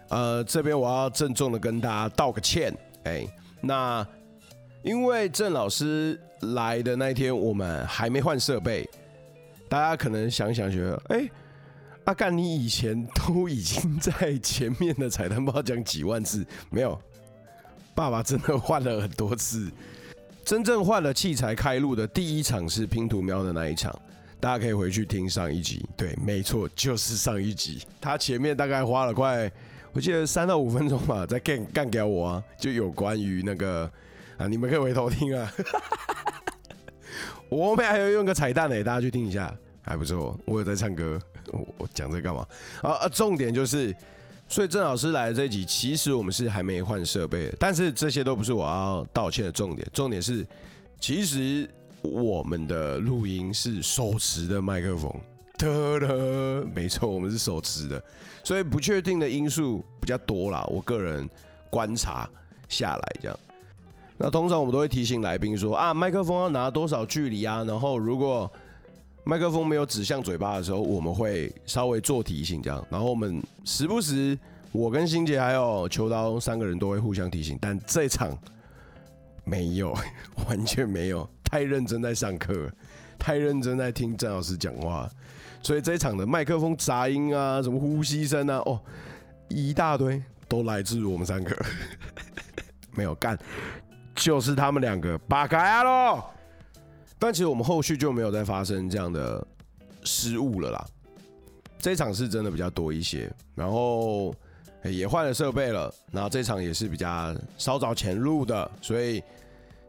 B: 呃，这边我要郑重的跟大家道个歉，哎、那因为郑老师来的那一天，我们还没换设备，大家可能想想觉得，哎、阿干，你以前都已经在前面的彩蛋包讲几万次，没有？爸爸真的换了很多次，真正换了器材开录的第一场是拼图喵的那一场。大家可以回去听上一集，对，没错，就是上一集。他前面大概花了快，我记得三到五分钟吧，在干干掉我啊，就有关于那个啊，你们可以回头听啊。 我后面还有用个彩蛋呢、欸大家去听一下，还不错。我有在唱歌，我我讲这干嘛？啊啊，重点就是，所以郑老师来的这一集，其实我们是还没换设备的，但是这些都不是我要道歉的重点，重点是其实我们的录音是手持的麦克风，得了，没错，我们是手持的，所以不确定的因素比较多啦。我个人观察下来，这样。那通常我们都会提醒来宾说啊，麦克风要拿多少距离啊，然后如果麦克风没有指向嘴巴的时候，我们会稍微做提醒这样，然后我们时不时。我跟欣姐还有秋刀三个人都会互相提醒，但这场没有， 完全没有，太认真在上课，太认真在听郑老师讲话，所以这一场的麦克风杂音啊，什么呼吸声啊，哦，一大堆都来自我们三个， 没有干，就是他们两个把改啊喽。但其实我们后续就没有再发生这样的失误了啦。这一场是真的比较多一些，然后诶也换了设备了，然后这场也是比较稍早前录的，所以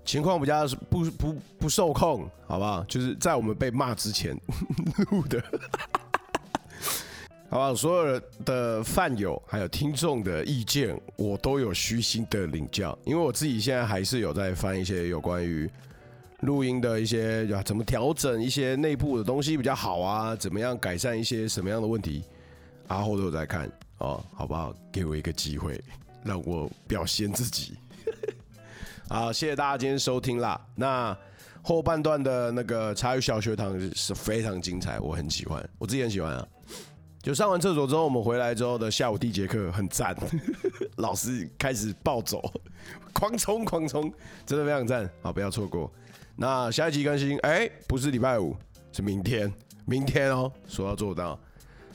B: 情况比较不不不受控，好不好？就是在我们被骂之前录的，好不好？所有的饭友还有听众的意见，我都有虚心的领教，因为我自己现在还是有在翻一些有关于录音的一些啊怎么调整一些内部的东西比较好啊，怎么样改善一些什么样的问题，啊阿后都有在看哦，好不好？给我一个机会，让我表现自己。 好，谢谢大家今天收听啦。那后半段的那个茶余小学堂是非常精彩，我很喜欢，我自己很喜欢啊。就上完厕所之后，我们回来之后的下午第一节课很赞， 老师开始暴走，狂冲狂冲，真的非常赞，好，不要错过。那下一集更新，哎、不是礼拜五，是明天，明天哦，说到做到，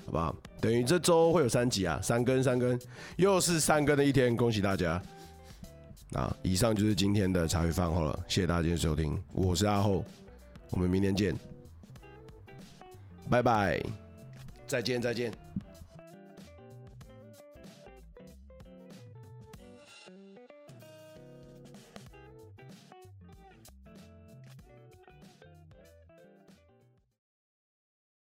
B: 好不好？等于这周会有三集啊，三更三更，又是三更的一天，恭喜大家。啊，以上就是今天的茶余饭后了，谢谢大家今天收听，我是阿厚，我们明天见，拜拜。再见，再见。